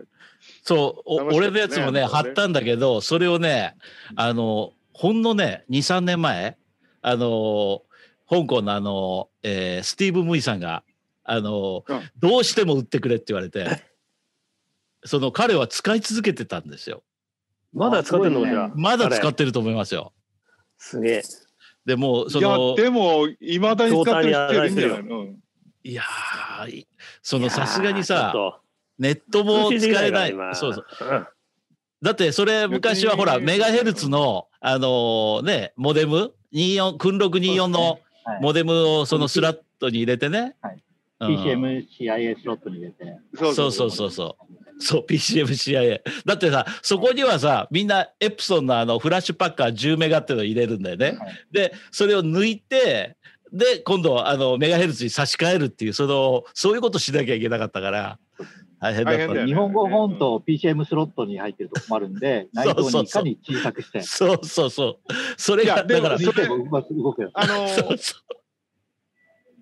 Speaker 1: そう、お
Speaker 3: 楽しかった
Speaker 1: 俺のやつもね、
Speaker 3: ね
Speaker 1: 貼ったんだけど、それをね、あの、ほんのね、2、3年前、あの、香港のあの、えースティーブ・ムイさんが、あの
Speaker 3: うん、
Speaker 1: どうしても売ってくれって言われて、その彼は使い続けてたんですよ。
Speaker 2: まだ使ってんのかしら。
Speaker 1: まだ使
Speaker 2: あ
Speaker 1: っ
Speaker 2: れ
Speaker 1: てると思いますよ。
Speaker 2: すげえ。
Speaker 1: でも、 [LAUGHS] そ
Speaker 3: いや
Speaker 1: の、
Speaker 3: でもいまだに使ってる人いるんじゃないの、うん
Speaker 1: いやーいそのさすがにさ、ネットも
Speaker 2: も [LAUGHS]
Speaker 1: 使
Speaker 2: う使
Speaker 1: え
Speaker 2: え
Speaker 1: な
Speaker 2: ないいから。今
Speaker 1: そうそう。
Speaker 2: うん
Speaker 1: だってそれ昔はほら
Speaker 3: 別に
Speaker 1: メガヘルツのあのねモデム24訓624の
Speaker 4: はい
Speaker 1: モデムをそのスラットに入れてね、
Speaker 4: はい
Speaker 1: うん
Speaker 4: PCMCIA スロットに入れて。
Speaker 3: そう
Speaker 1: そうそうそうそうそう PCMCIA だってさそこにはさみんなエプソンのあのフラッシュパッカー10メガっていうのを入れるんだよね、
Speaker 4: はい
Speaker 1: でそれを抜いてで今度はあのメガヘルツに差し替えるっていうそのそういうことしなきゃいけなかったから大変だった
Speaker 3: 大変だよね
Speaker 4: 日本語フォントを PCM スロットに入ってると困るんで、内
Speaker 1: そう
Speaker 4: 容
Speaker 1: そ
Speaker 4: に
Speaker 1: う
Speaker 4: いかに小さくして、
Speaker 1: そうそうそう。それ
Speaker 3: い
Speaker 1: が、
Speaker 3: やで
Speaker 1: だ
Speaker 3: も
Speaker 1: から、
Speaker 3: それ
Speaker 4: 動く動くやつ
Speaker 3: あの
Speaker 1: そうそ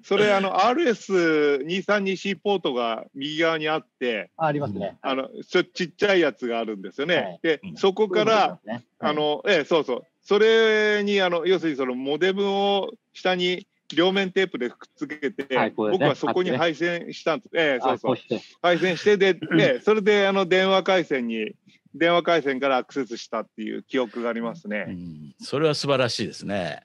Speaker 3: それあの RS232C ポートが右側にあって
Speaker 4: あありますね。
Speaker 3: あのちょちっちゃいやつがあるんですよね、
Speaker 4: はい
Speaker 3: で
Speaker 1: うん
Speaker 3: そこから、あ
Speaker 4: の、
Speaker 3: の、ええ、そうそう。それに、あの、要するにそのモデムを下に両面テープでくっつけて、
Speaker 4: はいこう
Speaker 3: 僕
Speaker 4: ですね
Speaker 3: はそこに
Speaker 4: 貼っ
Speaker 3: 配線したんです。ええ、そ
Speaker 4: あ
Speaker 3: うそ
Speaker 4: こ
Speaker 3: う
Speaker 4: う。して、
Speaker 3: 配線して、
Speaker 4: [LAUGHS]
Speaker 3: で、でそれで、あの、電話回線に、電話回線からアクセスしたっていう記憶があります
Speaker 1: うう
Speaker 3: ね。
Speaker 1: んそれは素晴らしいですね。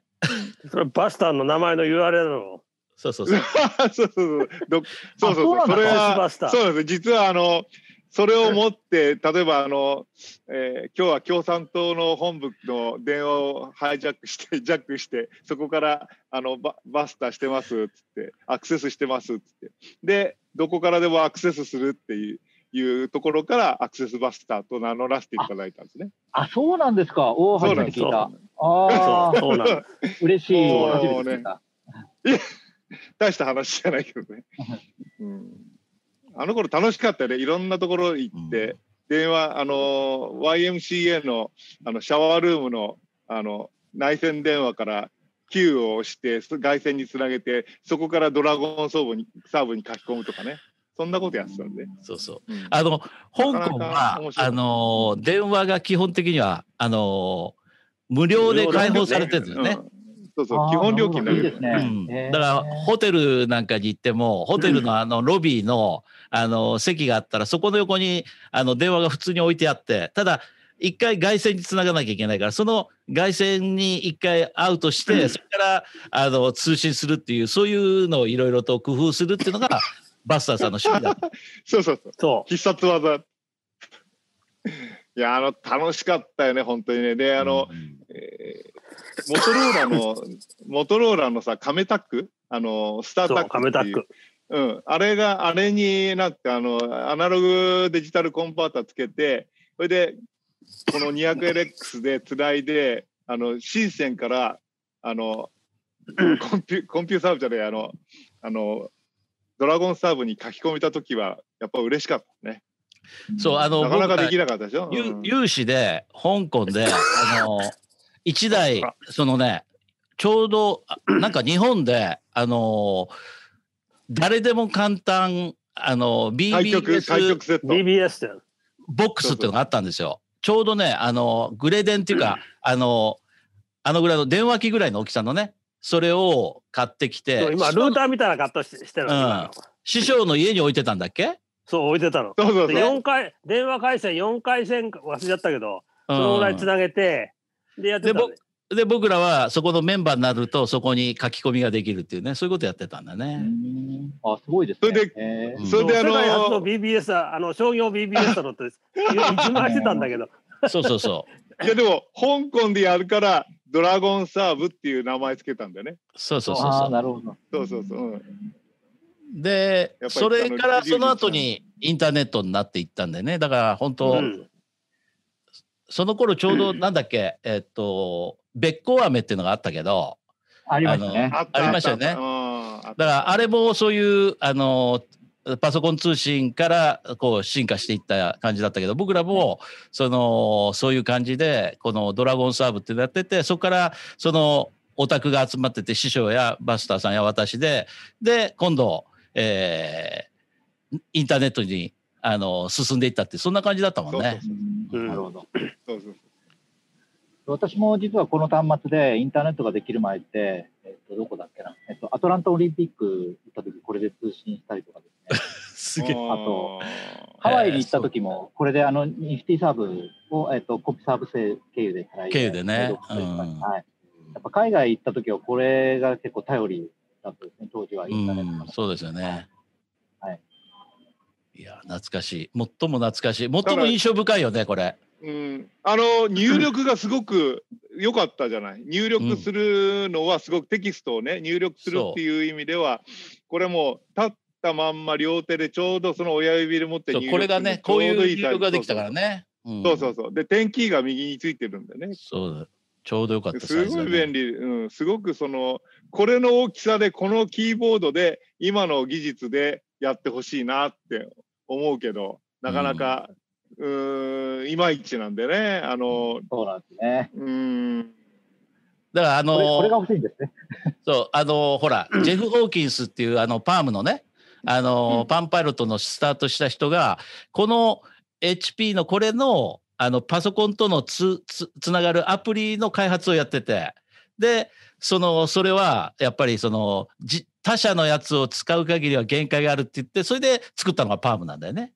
Speaker 2: それバスターの名前の URL だろ。
Speaker 1: そうそうそう。
Speaker 3: [LAUGHS] そうそうそう。どそうそう
Speaker 4: そ
Speaker 3: そ
Speaker 4: うな
Speaker 3: う。
Speaker 4: んだ
Speaker 3: それ
Speaker 2: アース
Speaker 3: は、
Speaker 2: バスター。
Speaker 3: そうなんです。実は、あの、それを持って、例えば、あの、えー今日は共産党の本部の電話をハイジャックして、 [LAUGHS] ジャックして、そこから、あの、ババスターしてますっつって、アクセスしてますっつって。で、どこからでもアクセスするっていう。いうところからアクセスバスターと名乗らせていただいたんですね。
Speaker 4: あ、そうなんですか。おお、
Speaker 3: そ
Speaker 4: 初
Speaker 3: うなん
Speaker 4: め
Speaker 3: で
Speaker 4: て
Speaker 3: す
Speaker 4: 聞いた
Speaker 3: そ。
Speaker 4: あ
Speaker 2: そう
Speaker 4: あ、
Speaker 2: そうなの。
Speaker 4: 嬉しい。
Speaker 3: そう
Speaker 4: 初めて聞いた。
Speaker 3: 大した話じゃないけ
Speaker 4: [LAUGHS]
Speaker 3: どね。うん、あの頃楽しかったよね。いろんなところ行って、
Speaker 1: うん
Speaker 3: 電話あの YMCA のあのシャワールームのあの内線電話から Q を押してそ外線につなげてそこからドラゴンサーブにサーブに書き込むとかねそんなことやってたんで、
Speaker 1: そうそう。
Speaker 3: うん
Speaker 1: あの、香
Speaker 3: なか
Speaker 1: 港
Speaker 3: なか
Speaker 1: は
Speaker 3: 面白い、
Speaker 1: あの、電話が基本的には、あの、無料で解放されてるんですよね。
Speaker 3: うんそうそ
Speaker 4: あ
Speaker 3: う
Speaker 4: ー
Speaker 3: 基本料金だけ
Speaker 4: なるほどいいですね
Speaker 1: うん
Speaker 4: へー
Speaker 1: だからホテルなんかに行ってもホテルのあのロビーのあの席があったらそこの横にあの電話が普通に置いてあってただ一回外線につながなきゃいけないからその外線に一回アウトしてそれからあの通信するっていうそういうのをいろいろと工夫するっていうのがバスターさんの趣味だった
Speaker 3: そうそうそう
Speaker 2: そ
Speaker 3: 必殺技いやあの楽しかったよね本当にねであの、えーモトローラ
Speaker 2: [LAUGHS]
Speaker 3: のモトローラのさカメタックあのスタ
Speaker 2: う。
Speaker 3: ータッ
Speaker 2: そう。
Speaker 3: ク
Speaker 2: カ
Speaker 3: っていう
Speaker 2: メタック。
Speaker 3: うん、あれがあれになんかあのアナログデジタルコンパータつけてそれでこの 200LX でつないであの深センからあ
Speaker 2: [LAUGHS]
Speaker 3: のコンピュコンピューサーブじゃないあのあのドラゴンサーブに書き込めた時はやっぱ嬉しかったね
Speaker 1: そうあの
Speaker 3: なかなか
Speaker 1: 僕
Speaker 3: で
Speaker 1: が
Speaker 3: きなかったでしょ、
Speaker 1: 有
Speaker 3: うん
Speaker 1: 有志で香港であの一台そのねちょうどあなんか日本であの誰でも簡単あの
Speaker 3: 対局対
Speaker 1: BBS
Speaker 3: 局セット
Speaker 2: BBS だよ。
Speaker 1: ボックスっていうのがあったんですよ。ちょうどねあのグレデンっていうかあのあのぐらいの電話機ぐらいの大きさのねそれを買ってきて
Speaker 2: そう今
Speaker 1: 師
Speaker 2: ルー
Speaker 1: 匠
Speaker 2: ターみたいな格好してしてるの
Speaker 1: うん
Speaker 2: 今
Speaker 1: 師匠の家に置いてたんだっけ、
Speaker 2: そう置いてたの。
Speaker 3: そうそうそう
Speaker 2: で四回電話回線四回線忘れちゃったけど、
Speaker 1: う
Speaker 2: そ
Speaker 1: ん
Speaker 2: のぐらいつなげてでやってたのね。
Speaker 1: で、僕らはそこのメンバーになると、そこに書き込みができるっていうね、そういうことやってたんだ
Speaker 4: う
Speaker 1: ね。
Speaker 4: んあ、すごいですね。
Speaker 3: それで
Speaker 4: えー
Speaker 1: うん
Speaker 3: それであ
Speaker 2: 世界初の
Speaker 3: の
Speaker 2: BBS だあの商業 BBS だろって一番してたんだけど
Speaker 1: そうそうそう。
Speaker 3: いやでも香港でやるからドラゴンサーブっていう名前つけたんだよね。
Speaker 1: そうそうそう
Speaker 4: あ
Speaker 1: そ
Speaker 4: あ、
Speaker 1: う。
Speaker 4: なるほど。
Speaker 3: そうそうそう。うん
Speaker 1: で
Speaker 3: やっぱり
Speaker 1: それからその後にインターネットになっていったんでねだから本当、
Speaker 2: うん
Speaker 1: その頃ちょうどなんだっけ、えっとべっこう飴っていうのがあったけど
Speaker 4: ありましたね。
Speaker 3: あった
Speaker 1: ありましたよね
Speaker 3: あったうんあった
Speaker 1: だからあれもそういうあのパソコン通信からこう進化していった感じだったけど僕らもそのそういう感じでこの「ドラゴンサーブ」っていうのやっててそこからそのオタクが集まってて師匠やバスターさんや私でで今度、えーインターネットにあの進んでいったってそんな感じだったもんね。
Speaker 4: う
Speaker 2: うん
Speaker 4: んなるほど。
Speaker 3: そうそう
Speaker 4: 私も実はこの端末でインターネットができる前って、えっと、どこだっけな、えっと、アトランタオリンピック行った時これで通信したりとかですね
Speaker 1: す
Speaker 3: そう。
Speaker 1: げえ
Speaker 3: あ
Speaker 4: とハワイに行った時もこれであのニフティサーブを、えっと、コピーサーブ制経由で払い
Speaker 1: 経由でねうん
Speaker 4: はい、やっぱ海外行った時はこれが結構頼りだったですね当時はイ
Speaker 1: う
Speaker 4: ンターネット
Speaker 1: ん
Speaker 4: が、
Speaker 1: そうですよね。
Speaker 4: はい。
Speaker 1: いや、懐かしい。最も懐かしい。最も印象深いよね、これ。
Speaker 3: うん、あの入力がすごく良かったじゃない入力するのはすごくテキストをね入力するっていう意味ではこれもう立ったまんま両手でちょうどその親指で持って
Speaker 1: そう
Speaker 3: 入力する
Speaker 1: これがね、こうい
Speaker 3: ちょど
Speaker 1: う
Speaker 3: タイ
Speaker 1: 入
Speaker 3: プ
Speaker 1: 力ができたからね。
Speaker 3: そうそううそうそうで点キーが右についてるんだよね
Speaker 1: ん。そうだ。ちょうどよかった。
Speaker 3: すごい便
Speaker 1: 利。
Speaker 3: 利、うん、すごくそのこれの大きさでこのキーボードで今の技術でやってほしいなって思うけどなかなか、うーんいまいちなんでねあの
Speaker 4: そうなんですね
Speaker 3: うーん
Speaker 1: だから、あ
Speaker 4: これこれが
Speaker 1: の、
Speaker 4: 欲しいんですね
Speaker 1: そう、あの、ほら、ジェフ・ホーキンスっていう、あの、パームのね、あの、
Speaker 3: うん
Speaker 1: パンパイロットのスタートした人が、この HP のこれの、あの、パソコンとのつ、つ、つながるアプリの開発をやってて、で、その、それは、やっぱり、その、じ他社のやつを使う限りは限界があるって言って、それで作ったのがパームなんだよね。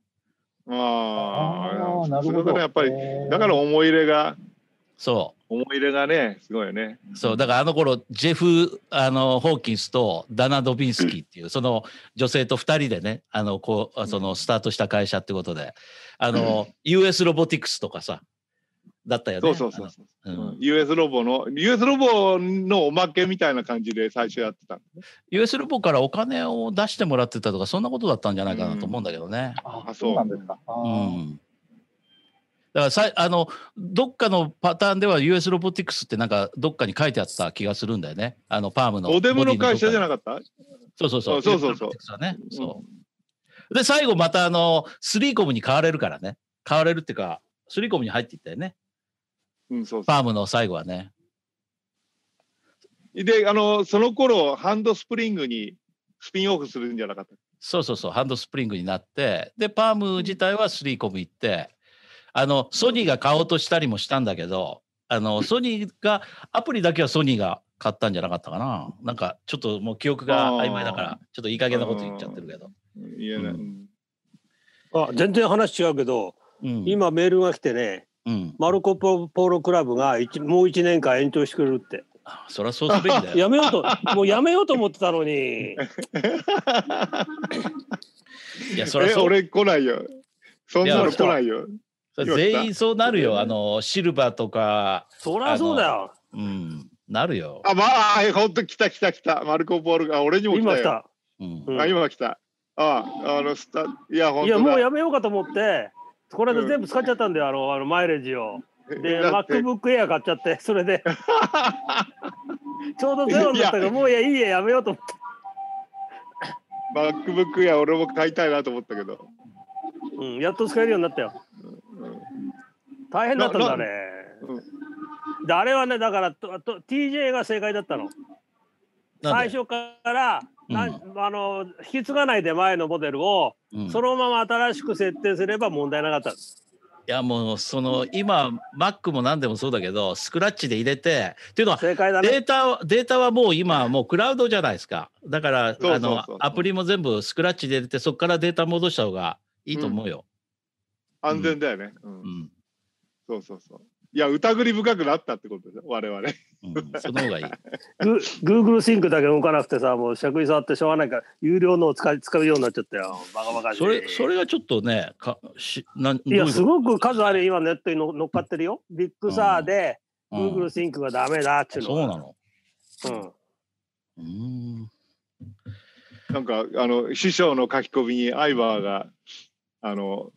Speaker 3: あ
Speaker 4: ー
Speaker 3: あ
Speaker 4: なる
Speaker 3: そ
Speaker 4: ほ
Speaker 3: れ
Speaker 4: ど
Speaker 3: からやっぱり
Speaker 4: えー
Speaker 3: だから思い入れが
Speaker 1: そう。
Speaker 3: 思い入れがねすごいよね。
Speaker 1: そうだからあの頃ジェフあのホーキンスとダナ・ドビンスキーっていうその女性と2人でねあのこうあそのスタートした会社ってことであの US ロボティクスとかさだったよね。
Speaker 3: そうそうそうそう。
Speaker 1: あのうん
Speaker 3: US ロボの US ロボのおまけみたいな感じで最初やってた。
Speaker 1: US ロボからお金を出してもらってたとかそんなことだったんじゃないかなと思うんだけどね。
Speaker 4: あ
Speaker 3: あ
Speaker 4: そ
Speaker 3: そう
Speaker 4: うなんですか、あ
Speaker 1: う
Speaker 4: ー
Speaker 1: んだからさいあのどっかのパターンでは US ロボティクスってなんかどっかに書いてあった気がするんだよね。あのパームの
Speaker 3: おデムの会社じゃ
Speaker 1: な
Speaker 3: なかった？
Speaker 1: そうそうそう。
Speaker 3: あそうそうそう
Speaker 1: Electronics はねそう。で、最後またあの、スリーコムに買われるからね。買われるっていうか、スリーコムに入っていったよね。
Speaker 3: うん、そうそう。
Speaker 1: ファームの最後はね。
Speaker 3: で、あの、その頃、ハンドスプリングにスピンオフするんじゃなかった。
Speaker 1: そうそうそう、ハンドスプリングになって、で、パーム自体はスリーコム行って、あの、ソニーが買おうとしたりもしたんだけど、あの、ソニーが、アプリだけはソニーが買ったんじゃなかったかな。なんか、ちょっともう記憶が曖昧だから、ちょっといい加減なこと言っちゃってるけど。
Speaker 3: いや、ね
Speaker 1: う
Speaker 2: あ全然話違うけど
Speaker 1: うん、
Speaker 2: 今メールが来てね
Speaker 1: うん、
Speaker 2: マルコ・ポロクラブが一もう1年間延長してくれるって
Speaker 1: あそりゃそうすべき
Speaker 2: [LAUGHS]
Speaker 1: だよ。
Speaker 2: やめようともうやめようと思ってたのに
Speaker 1: いや、そりゃ
Speaker 3: え、
Speaker 1: そう
Speaker 3: 俺来ないよ。そんないの
Speaker 1: や
Speaker 3: 来ないよ。
Speaker 1: それ全員そうなるよ。あの、シルバーとか、
Speaker 2: そりゃそうだよ
Speaker 1: うん、なるよ。
Speaker 3: あ、まあ、ほんと来た来た来た。マルコ・ポールが、あ俺にも来
Speaker 2: 今
Speaker 3: た
Speaker 2: 来
Speaker 3: よ。
Speaker 2: た、
Speaker 1: うん
Speaker 2: う、ん
Speaker 3: あ、今来た。あ、あの、スタ、いや、ほん
Speaker 2: いや
Speaker 3: と
Speaker 2: もう
Speaker 3: だ。
Speaker 2: やめようかと思ってこれで全部使っちゃったんだよあのあのマイレージをで
Speaker 3: だって
Speaker 2: MacBook Air 買っちゃってそれでちょうどゼロになったからもういやいいややめようと思って
Speaker 3: MacBook や俺も買いたいなと思ったけど。
Speaker 2: うん、やっと使えるようになったよ。大変だったんだね。であれはねだからとと TJ が正解だったの。
Speaker 1: なん
Speaker 2: 最
Speaker 1: で
Speaker 2: 初から、なんあの引き継がないで前のモデルを、
Speaker 1: うん、い
Speaker 2: そのまま新しく設定すれば問題なかったんです。
Speaker 1: やもうその今 Mac も何でもそうだけどスクラッチで入れてっていうのは
Speaker 2: 正解だ
Speaker 1: デ
Speaker 2: ね。
Speaker 1: ータデータはもう今もうクラウドじゃないですかだから
Speaker 3: そうそう
Speaker 1: あの
Speaker 3: そう
Speaker 1: アプリも全部スクラッチで入れてそこからデータ戻した方がいいと思うよ、
Speaker 3: 安全だよね。うん
Speaker 1: うん
Speaker 3: そうそうそう。いや、疑り深くなったってことですよ、我々。
Speaker 1: うん、その方がいい。
Speaker 2: グ Google シンクだけ動かなくてさもうしゃくり触ってしょうがないから有料のを使い使うようになっちゃったよバカバカしい
Speaker 1: それ、それがちょっとね、か、し、なん、
Speaker 2: い
Speaker 1: どうう
Speaker 2: や
Speaker 1: こと
Speaker 2: すごく数ある今ネットにの乗っかってるよビッグサーで
Speaker 1: うん
Speaker 2: Google シンクがダメだっていうの
Speaker 1: そう
Speaker 2: が
Speaker 1: なの。
Speaker 2: うん
Speaker 1: うーん。
Speaker 3: なんか、あの、師匠の書き込みに、アイバーが、あの、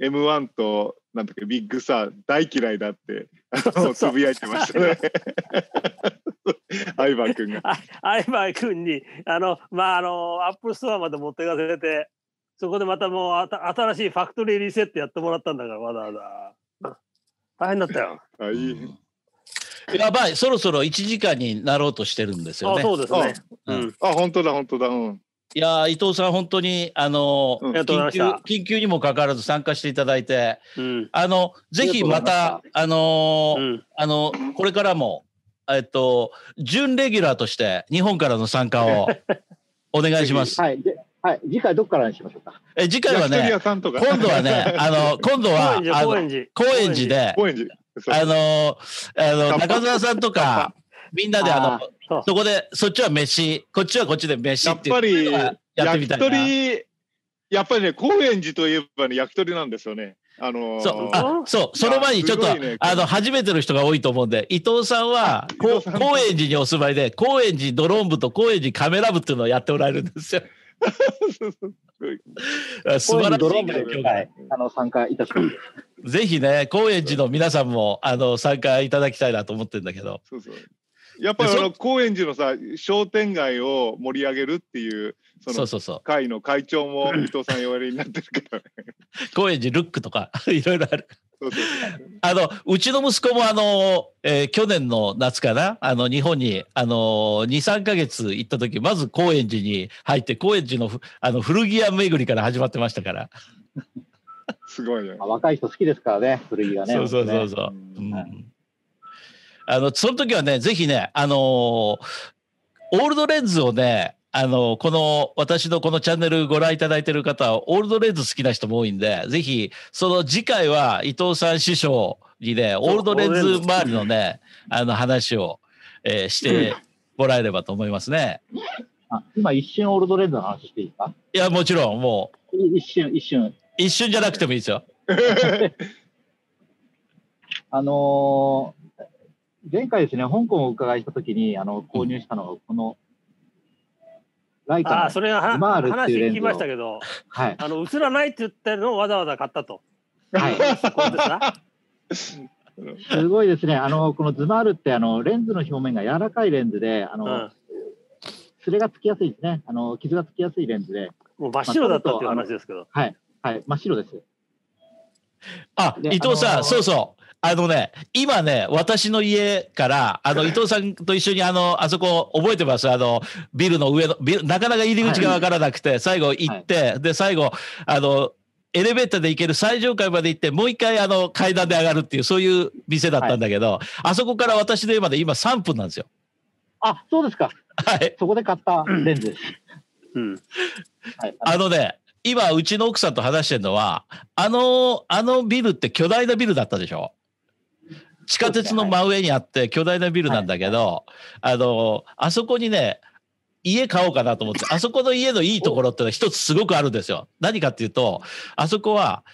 Speaker 3: M1 と、なんだっけ、ビッグサー、大嫌いだって、あ
Speaker 2: そ
Speaker 3: の
Speaker 2: うそう
Speaker 3: つぶやいてましたね。 [LAUGHS] アイバー君が。
Speaker 2: あアイバイ君にあのまああのアップルストアまで持ってかせてそこでまたもうあた新しいファクトリーリセットやってもらったんだからわざわざ大変だったよ
Speaker 3: あ、いい。
Speaker 1: やばい、そろそろ1時間になろうとしてるんですよ
Speaker 2: あ
Speaker 1: ね。
Speaker 2: そうですね
Speaker 1: う
Speaker 2: うんん、
Speaker 3: あ、本当だ、本当だ。うん。
Speaker 1: いやー伊藤さん、本当に、あのー
Speaker 3: うん
Speaker 2: ありがとうございま
Speaker 1: 緊急緊急にもかかわらず参加していただいて、
Speaker 2: うん
Speaker 1: あの、ぜひまた、あのー
Speaker 2: うん
Speaker 1: あの、これからも、えっと、準レギュラーとして、日本からの参加
Speaker 2: [LAUGHS]
Speaker 1: をお願いします。
Speaker 4: はい。で、はい。次回どこからにしましょうか。
Speaker 1: え次回は
Speaker 3: 焼き鳥
Speaker 1: ね
Speaker 3: 屋、さんとか。
Speaker 1: 今度は
Speaker 3: [LAUGHS]
Speaker 1: ね、あの、今度は、あ
Speaker 2: 高円寺高
Speaker 1: の高
Speaker 2: 円寺
Speaker 1: 円寺で、
Speaker 3: 高円寺。そう
Speaker 1: あのー、あの、
Speaker 3: ナパ
Speaker 1: 中澤さんとか、みんなで、あの、
Speaker 4: あ
Speaker 2: そう
Speaker 1: そこで、そっちは飯、こっちはこっちで飯
Speaker 3: や
Speaker 1: っ
Speaker 3: ってぱ
Speaker 1: い
Speaker 3: り
Speaker 1: うのがやって
Speaker 3: 焼
Speaker 1: み
Speaker 3: き
Speaker 1: たいな。
Speaker 3: 鳥、やっぱりね、高円寺といえばね、焼き鳥なんですよね。あのー
Speaker 1: そう、
Speaker 2: あ
Speaker 1: あ、そう、その前にちょっ
Speaker 3: す
Speaker 1: と、
Speaker 3: ごいね
Speaker 1: あの、初めての人が多いと思うんで、伊藤さんは、こう
Speaker 3: 伊藤さん
Speaker 1: 高円寺にお住まいで、高円寺ドローン部と高円寺カメラ部っていうのをやっておられるんです
Speaker 3: [LAUGHS]
Speaker 1: よ。素晴らしい
Speaker 4: ドローン
Speaker 1: 環境
Speaker 4: で、
Speaker 1: が
Speaker 4: はい。あの、参加いたします。
Speaker 1: ぜひね、高円寺の皆さんも、あの、参加いただきたいなと思ってるんだけど。
Speaker 3: そうそうやっぱりあ
Speaker 1: でそ
Speaker 3: の高円寺のさ商店街を盛り上げるっていうそ
Speaker 1: そう
Speaker 3: の
Speaker 1: そうそう。
Speaker 3: 会の会長も伊藤さん弱りになってる
Speaker 1: [LAUGHS]
Speaker 3: からね。
Speaker 1: 高円寺ルックとか、 [LAUGHS] いろいろある。
Speaker 3: そうそう
Speaker 1: あの、うちの息子もあの、えー去年の夏かな、あの、日本に、あの、2、3ヶ月行った時、まず高円寺に入って、高円寺のふあの古着屋巡りから始まってましたから。
Speaker 3: すごいね
Speaker 4: あ。若い人好きですからね、古着がね。
Speaker 1: そうそうそう
Speaker 4: 本
Speaker 1: そう。う
Speaker 3: うん
Speaker 4: は
Speaker 1: あの、その時はね、ぜひね、あのーオールドレンズをね、あのーこの、私のこのチャンネルご覧いただいてる方は、オールドレンズ好きな人も多いんで、ぜひ、その次回は伊藤さん師匠にね、オールドレンズ周りのね、あの話を、えーしてもらえればと思いますね。
Speaker 4: あ今一瞬オールドレンズの話していいですか
Speaker 1: いや、もちろん、もう、
Speaker 4: い一瞬、一瞬。
Speaker 1: 一瞬じゃなくてもいいですよ。
Speaker 4: あのー前回ですね、香港をお伺いしたときに、あの、購入したのが、この、ライカの
Speaker 2: ああそれはは
Speaker 4: ルマールって
Speaker 2: 話
Speaker 4: いうレン
Speaker 2: 聞き
Speaker 4: ズを
Speaker 2: ましたけど
Speaker 4: はい。
Speaker 2: あの映らないって言ってるのをわざわざ買ったと。
Speaker 4: はい。
Speaker 2: そこですな。
Speaker 4: すごいですね。あの、このズマールって、あの、レンズの表面が柔らかいレンズで、あ
Speaker 2: う
Speaker 4: の、
Speaker 2: ん。
Speaker 4: すれがつきやすいですね。あの、傷がつきやすいレンズで、
Speaker 2: もう真っ白だったっていう話ですけど。
Speaker 4: はい、真っ白です。
Speaker 1: あ、
Speaker 4: で
Speaker 1: 伊藤さん、
Speaker 4: あのー
Speaker 1: そうそう。あのね、今ね、私の家から、あの、伊藤さんと一緒に、あの、あそこ、覚えてますあの、ビルの上の、ビル、なかなか入り口がわからなくて、最後行って、で、最後、あの、エレベーターで行ける最上階まで行って、もう一回、あの、階段で上がるっていう、そういう店だったんだけど、あそこから私の家まで今3分なんですよ。 [LAUGHS]
Speaker 4: あ、そうですか。
Speaker 1: はい。
Speaker 4: そこで買ったレンズです。
Speaker 2: うん。
Speaker 4: はい。あ
Speaker 1: あのね、今、うちの奥さんと話してるのは、あの、あのビルって巨大なビルだったでしょ地下鉄の真上にあって、巨大なビルなんだけど、あの、あそこにね、家買おうかなと思って、あそこの家のいいところってのは一つすごくあるんですよ。何かっていうと、あそこは、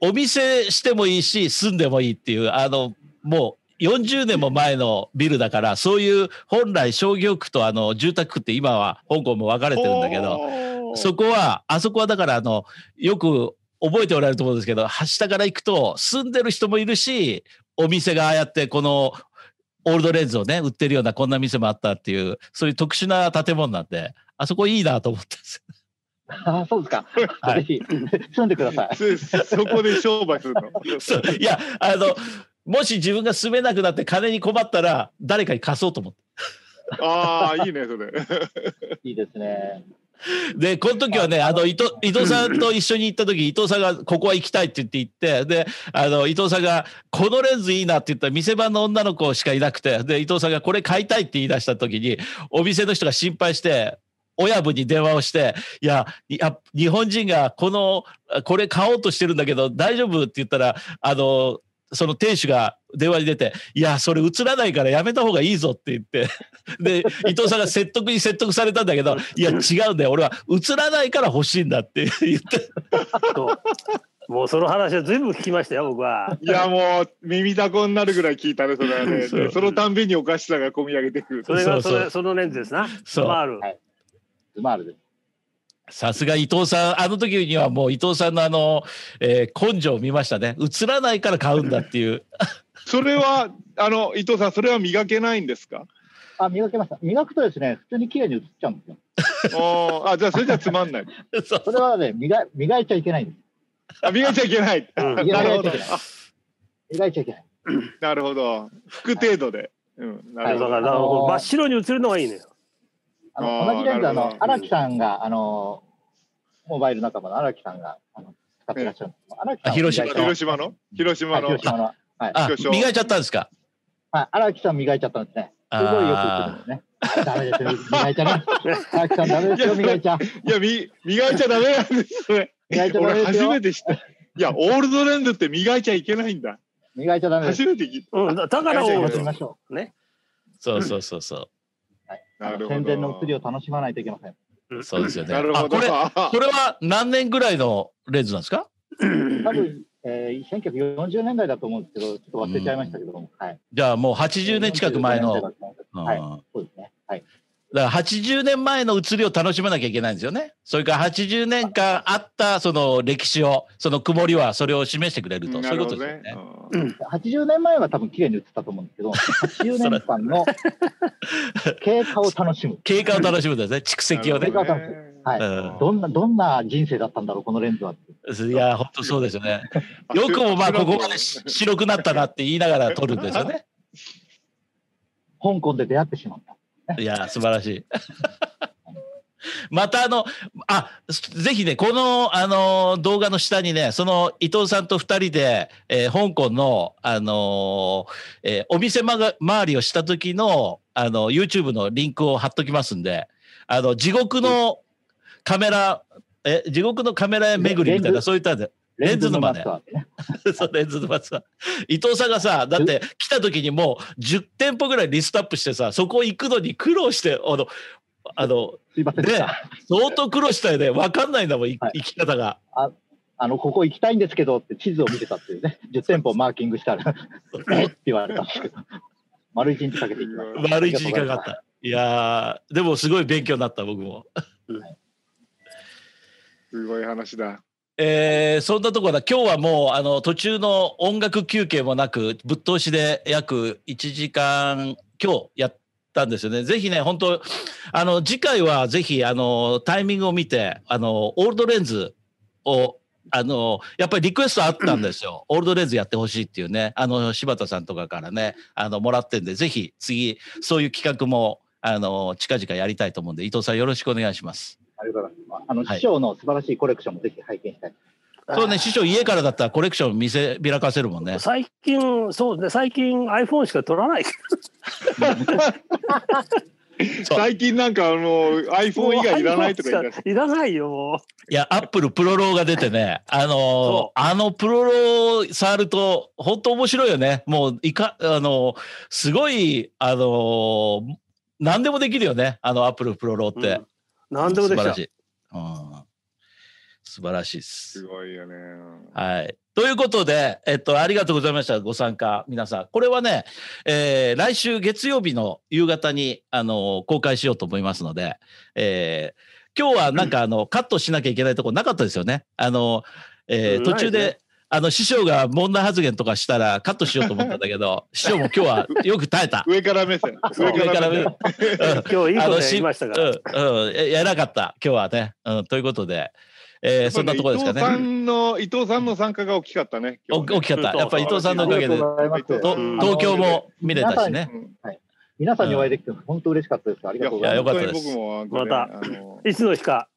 Speaker 1: お店してもいいし、住んでもいいっていう、あの、もう40年も前のビルだから、そういう本来商業区とあの住宅区って今は香港も分かれてるんだけど、
Speaker 3: おー
Speaker 1: そこは、あそこはだから、あの、よく覚えておられると思うんですけど、は下から行くと、住んでる人もいるし、お店がああやって、この、オールドレンズをね、売ってるような、こんな店もあったっていう、そういう特殊な建物なんで、あそこいいなと思ったんですよ。
Speaker 4: あそうですか。
Speaker 1: はい
Speaker 4: ぜひ、住んでください。
Speaker 3: そそこで商売するの。
Speaker 1: [LAUGHS] そういや、あの、もし自分が住めなくなって金に困ったら、誰かに貸そうと思って。
Speaker 3: ああいいねそれ。
Speaker 4: いいですね。
Speaker 1: で、この時はね、あの、伊藤、伊藤さんと一緒に行った時、伊藤さんがここは行きたいって言って行って、で、あの、伊藤さんが、このレンズいいなって言ったら店番の女の子しかいなくて、で、伊藤さんがこれ買いたいって言い出した時に、お店の人が心配して、親分に電話をして、いや、いや日本人がこの、これ買おうとしてるんだけど、大丈夫って言ったら、あの、その店主が電話に出て、いや、それ映らないからやめた方がいいぞって言って、で、伊藤さんが説得に説得されたんだけど、いや、違うんだよ。俺は映らないから欲しいんだって [LAUGHS] 言って、
Speaker 2: そうもうその話は随分聞きましたよ、僕は。
Speaker 3: いやもう耳たこになるぐらい聞いたねそれは
Speaker 1: [LAUGHS]
Speaker 3: ね
Speaker 1: そう
Speaker 3: でそのたんびにおかしさが込み上げてくる
Speaker 2: それ
Speaker 1: そ
Speaker 2: がそう
Speaker 1: そう
Speaker 2: れそのレンズですな。
Speaker 1: そう
Speaker 2: マール。
Speaker 4: ズマールです。
Speaker 1: さすが伊藤さん、あの時にはもう伊藤さんのあの、えー根性を見ましたね。映らないから買うんだっていう。 [LAUGHS]
Speaker 3: それはあの伊藤さんそれは磨けないんで
Speaker 1: [LAUGHS]
Speaker 3: すか
Speaker 4: あ、磨けました。磨くとですね、普通に綺麗に映っちゃうんですよ。
Speaker 3: おーあじゃあそれじゃつまんない
Speaker 1: そう
Speaker 4: それはね、磨い磨いちゃいけないんです。
Speaker 3: あ磨いちゃいけない
Speaker 2: うん
Speaker 4: 磨いちゃ
Speaker 3: なる
Speaker 4: い
Speaker 3: ほ
Speaker 4: け
Speaker 3: ど
Speaker 4: ない。磨いちゃいけない。
Speaker 3: なるほど服程度で、うんな
Speaker 2: だ
Speaker 3: る
Speaker 2: か
Speaker 3: ほ
Speaker 2: ら
Speaker 3: ど、
Speaker 2: だからこう真っ白に映るのがいいのよ。
Speaker 4: あ
Speaker 3: あー
Speaker 4: の同じレンズ、
Speaker 3: な
Speaker 4: あ
Speaker 3: る
Speaker 4: の
Speaker 3: ほ、ど
Speaker 4: 荒木さんが、あの、モバイル仲間の荒木さんが、あの、使ってらっしゃるんですけど。荒木さんは
Speaker 1: 広島
Speaker 4: 磨いちゃう
Speaker 3: 広島の広島
Speaker 4: はい
Speaker 3: の、
Speaker 4: 広島の。はい。
Speaker 1: あ
Speaker 3: 巨、匠
Speaker 1: 磨いちゃったんですか。
Speaker 4: はい、荒木さん磨いちゃったんですね。すごいよく言ってるんですね。ダメですよ、磨いちゃね。荒木さんダメですよ、磨いちゃ。
Speaker 3: いやみ磨いちゃダメなんですね
Speaker 4: 磨いちゃダメ
Speaker 3: 俺
Speaker 4: です
Speaker 3: 初
Speaker 4: よ
Speaker 3: め。て知ったいやオールドレンズって磨いちゃいけないんだ
Speaker 4: 磨いちゃダメです。
Speaker 3: 初めて聞い
Speaker 2: うん、だだから
Speaker 3: いやいや
Speaker 4: 磨いてみ
Speaker 3: や。
Speaker 4: ましょ
Speaker 1: そうそうそうそ
Speaker 4: うん
Speaker 3: なる。ほど
Speaker 4: 戦前の映りを楽しまないといけません。
Speaker 1: う。そうですよね。
Speaker 3: なる
Speaker 1: あ
Speaker 3: ほど
Speaker 1: これ、こ
Speaker 3: ああ
Speaker 1: れは何年ぐらいのレンズなんですか
Speaker 4: 多分、えー、1940年代だと思うんですけど、ちょっと忘れちゃいましたけども。はい。
Speaker 1: じゃあもう80年近く前の。
Speaker 4: 45年代だと思うんですけど
Speaker 1: うん
Speaker 4: はい。
Speaker 1: だ
Speaker 4: そうですね。はい。
Speaker 1: から80年前の移りを楽しまなきゃいけないんですよね。それから80年間あったその歴史を、その曇りはそれを示してくれると、そう
Speaker 3: な
Speaker 1: いうこ
Speaker 3: るほ
Speaker 1: と
Speaker 3: ど
Speaker 1: ですよ
Speaker 3: ね
Speaker 1: ね。
Speaker 4: 80年前は多分綺麗に映ってたと思うんですけど、80年間
Speaker 1: [LAUGHS]
Speaker 4: の経過を楽しむ。
Speaker 1: 経過を楽しむんですね、蓄積を
Speaker 3: な
Speaker 1: ね
Speaker 3: る。ほど
Speaker 4: は
Speaker 1: う
Speaker 4: い。
Speaker 1: ん
Speaker 4: どんな、どんな人生だったんだろう、このレンズはって。
Speaker 1: いや、本当そうですよね。よくもまあ、ここまでし白くなったなって言いながら撮るんですよね。
Speaker 4: 香港で出会ってしまった。
Speaker 1: いや、素晴らしい。 [LAUGHS] またあの、あ、ぜひね、この、あの、動画の下にね、その伊藤さんと二人で、えー香港の、あのーえーお店まが回りをした時の、あの、YouTube のリンクを貼っときますんで、あの、地獄のカメラ、え、地獄のカメラ巡りみたい
Speaker 4: レン
Speaker 1: な、
Speaker 4: ズ
Speaker 1: そういったんで、レンズのマネ
Speaker 4: レンズのマスターってね。
Speaker 1: [LAUGHS] そうレンズの松さ伊藤さんがさ、だって来た時にもう10店舗ぐらいリストアップしてさ、そこ行くのに苦労して、あの、あの、
Speaker 4: すいませんでした。
Speaker 1: 相当苦労したよね。わかんないんだもん、い
Speaker 4: は
Speaker 1: 生き方が。
Speaker 4: あの、ここ行きたいんですけどって地図を見てたっていうね、10店舗マーキングしたら、えって言われたんですけど、丸一日かけて行きまし
Speaker 1: [LAUGHS]
Speaker 4: た。
Speaker 1: 丸一時間かかった。いやー、でもすごい勉強になった、僕も。
Speaker 3: すごい話だ。
Speaker 1: えーそんなところだ。今日はもう、あの、途中の音楽休憩もなく、ぶっ通しで約1時間、今日やったんですよね。ぜひね、本当あの、次回はぜひ、あの、タイミングを見て、あの、オールドレンズを、あの、やっぱりリクエストあったんですよ。オールドレンズやってほしいっていうね、あの、柴田さんとかからね、あの、もらってんで、ぜひ、次、そういう企画も、あの、近々やりたいと思うんで、伊藤さんよろしくお願いします。
Speaker 4: ありがとうございます。あの、
Speaker 1: はい
Speaker 4: 師匠の素晴らしいコレクションもぜひ拝見したい。
Speaker 1: そうね、師匠、家からだったらコレクション見せ、びらかせるもんね。
Speaker 2: 最近、そうですね、最近 iPhone しか撮らない。
Speaker 1: そう
Speaker 3: 最近なんかあの iPhone 以外いらないとか言い出して
Speaker 2: いらないよ、もう。
Speaker 1: いや、アップルプロローが出てね、あのー
Speaker 2: う
Speaker 1: あのプロロー触ると、本当面白いよね。もう、いか、あのーすごい、あのー何でもできるよね、あのアップルプロローって。
Speaker 2: うん、何でも
Speaker 1: 素
Speaker 2: でき
Speaker 1: 晴
Speaker 2: た
Speaker 1: らしい。うん。素晴らしいです
Speaker 3: す。ごいよね。
Speaker 1: はい。ということで、えっと、ありがとうございました。ご参加、皆さん。これはね、えー来週月曜日の夕方に、あの公開しようと思いますので、えー今日はなんか、あの、カットしなきゃいけないとこなかったですよね。あの、えー
Speaker 2: うん
Speaker 1: 途中で、
Speaker 2: ないね
Speaker 1: あの、師匠が問題発言とかしたらカットしようと思ったんだけ
Speaker 2: [LAUGHS]
Speaker 1: ど、師匠も今日はよく耐えた。
Speaker 3: 上から目線。
Speaker 2: そう
Speaker 3: 上から目
Speaker 1: う
Speaker 3: 線。
Speaker 1: ん
Speaker 2: 今日いい
Speaker 1: あの
Speaker 2: ことやりましたから。
Speaker 1: うん、うん、ややらなかった、今日はね。うん、ということで、えーそんなところですか
Speaker 3: 伊藤さ
Speaker 1: ね。
Speaker 3: んの伊藤さんの参加が大きかったね。
Speaker 1: お大きかった。やっぱり伊藤さんのおかげで。
Speaker 4: ありがとうございます。
Speaker 1: と東京も見れたしね。
Speaker 3: ね。
Speaker 4: 皆さんにお会いできて、本当嬉しかったです。あり
Speaker 3: いや
Speaker 4: がとう
Speaker 3: 本
Speaker 4: ござ
Speaker 1: や
Speaker 4: い
Speaker 1: よかった
Speaker 3: 当に
Speaker 4: ま
Speaker 1: です
Speaker 3: 僕も
Speaker 2: また
Speaker 3: あの
Speaker 2: いつの日か、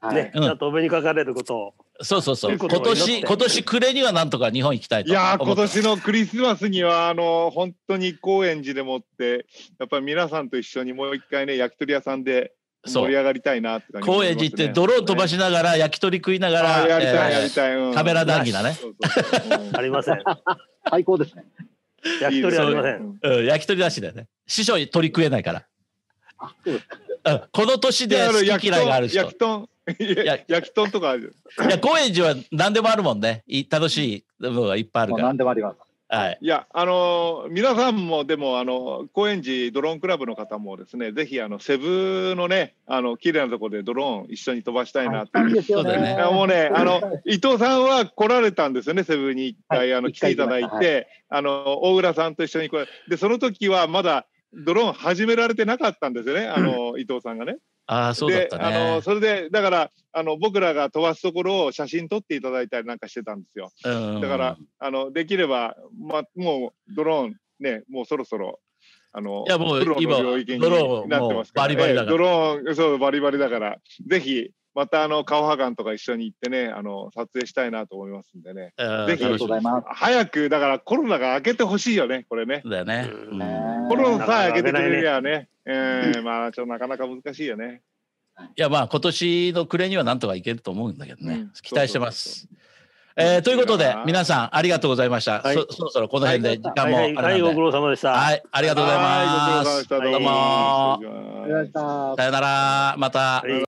Speaker 4: す。はい
Speaker 2: ね、
Speaker 1: うん
Speaker 2: ちゃんとお目にかかれることを。
Speaker 1: そうそうそう。
Speaker 2: というこ
Speaker 1: 今
Speaker 2: とを祈って
Speaker 1: 年、今年暮れにはなんとか日本行きたいと
Speaker 3: いやー
Speaker 1: 思
Speaker 3: 今
Speaker 1: って
Speaker 3: 年のクリスマスにはあの本当に高円寺でもってやっぱり皆さんと一緒にもう一回ね焼き鳥屋さんで
Speaker 1: そう
Speaker 3: 盛り上がりたいなって感じ、
Speaker 1: 高円寺行って泥を飛ばしながら焼き鳥食いながら、
Speaker 3: あーやりたい、
Speaker 1: えー
Speaker 3: やりたい。うん
Speaker 1: カメラ談義だね
Speaker 3: そうそうそううん
Speaker 2: あり
Speaker 3: [LAUGHS]
Speaker 2: ません。
Speaker 4: 最高ですね。
Speaker 2: 焼き
Speaker 3: いいで
Speaker 2: 鳥
Speaker 3: す
Speaker 2: あ
Speaker 3: ね
Speaker 2: りません。
Speaker 1: うん、焼き鳥だしだよね師匠に鳥食えないから
Speaker 4: あ、そうです。
Speaker 1: うんこの年
Speaker 3: い
Speaker 1: で
Speaker 3: やあの
Speaker 1: 好き嫌いがある人
Speaker 3: 焼き豚焼き
Speaker 1: い
Speaker 3: 豚
Speaker 1: や
Speaker 3: いや焼き豚とかある
Speaker 1: いや高円寺は何でもあるもんねい楽しいものがいっぱいある
Speaker 4: もう
Speaker 1: か
Speaker 4: 何でもあります。
Speaker 1: ら、はい、
Speaker 3: いやあの皆さんもでもあの高円寺ドローンクラブの方もですねぜひあのセブのねあの綺麗なところでドローン一緒に飛ばしたいなって、
Speaker 4: いいですよ
Speaker 1: そうだ
Speaker 4: ね。
Speaker 1: よ
Speaker 3: いやもうねあの伊藤さんは来られたんですよねセブに一回、
Speaker 4: はい
Speaker 3: あの来
Speaker 4: 一回
Speaker 3: ていただいて、
Speaker 4: 来まし
Speaker 3: あの大浦さんと一緒に来られでその時はまだドローン始められてなかったんですよねあの、伊藤さんがね。
Speaker 1: ああそうだった
Speaker 3: であ
Speaker 1: ね
Speaker 3: のそれでだからあの僕らが飛ばすところを写真撮っていただいたりなんかしてたんですよ。
Speaker 1: うん
Speaker 3: だからあのできれば、ま、もうドローンねもうそろそろあの
Speaker 1: いやもう
Speaker 3: プロ
Speaker 1: 今
Speaker 3: の領域に
Speaker 1: ドローン
Speaker 3: なってますから
Speaker 1: もうバリバリだから
Speaker 3: ええドローンそうバリバリだからぜひまたあの川波館とか一緒に行ってねあの撮影したいなと思いますんでね
Speaker 1: うん
Speaker 3: ぜ
Speaker 4: あ
Speaker 3: ひ
Speaker 4: りがとうございます。
Speaker 3: 早くだからコロナが明けてほしいよねこれね
Speaker 1: だよね、
Speaker 2: う
Speaker 1: うん
Speaker 2: ん
Speaker 3: コロ
Speaker 2: だ
Speaker 3: ナ
Speaker 2: か
Speaker 3: さ
Speaker 2: ら
Speaker 3: え明けてくれりゃねええまあちょっとなかなか難しいよね
Speaker 1: いやまあ今年の暮れにはなんとかいけると思うんだけどね、
Speaker 3: うん
Speaker 1: 期待してます。
Speaker 3: そう
Speaker 1: えーということ
Speaker 3: いい
Speaker 1: で
Speaker 3: な
Speaker 1: 皆さんありがとうございました、
Speaker 2: はい
Speaker 1: そそろそろこの辺で時間
Speaker 2: はい
Speaker 1: もあ
Speaker 2: は
Speaker 1: れなんで
Speaker 2: い、はい、ご苦労様でした。
Speaker 1: はいありがとうございます
Speaker 3: はいご苦労様でしたどうも
Speaker 1: どうも
Speaker 3: 失礼します
Speaker 4: ありがとうございました
Speaker 1: さよならまた、
Speaker 2: はい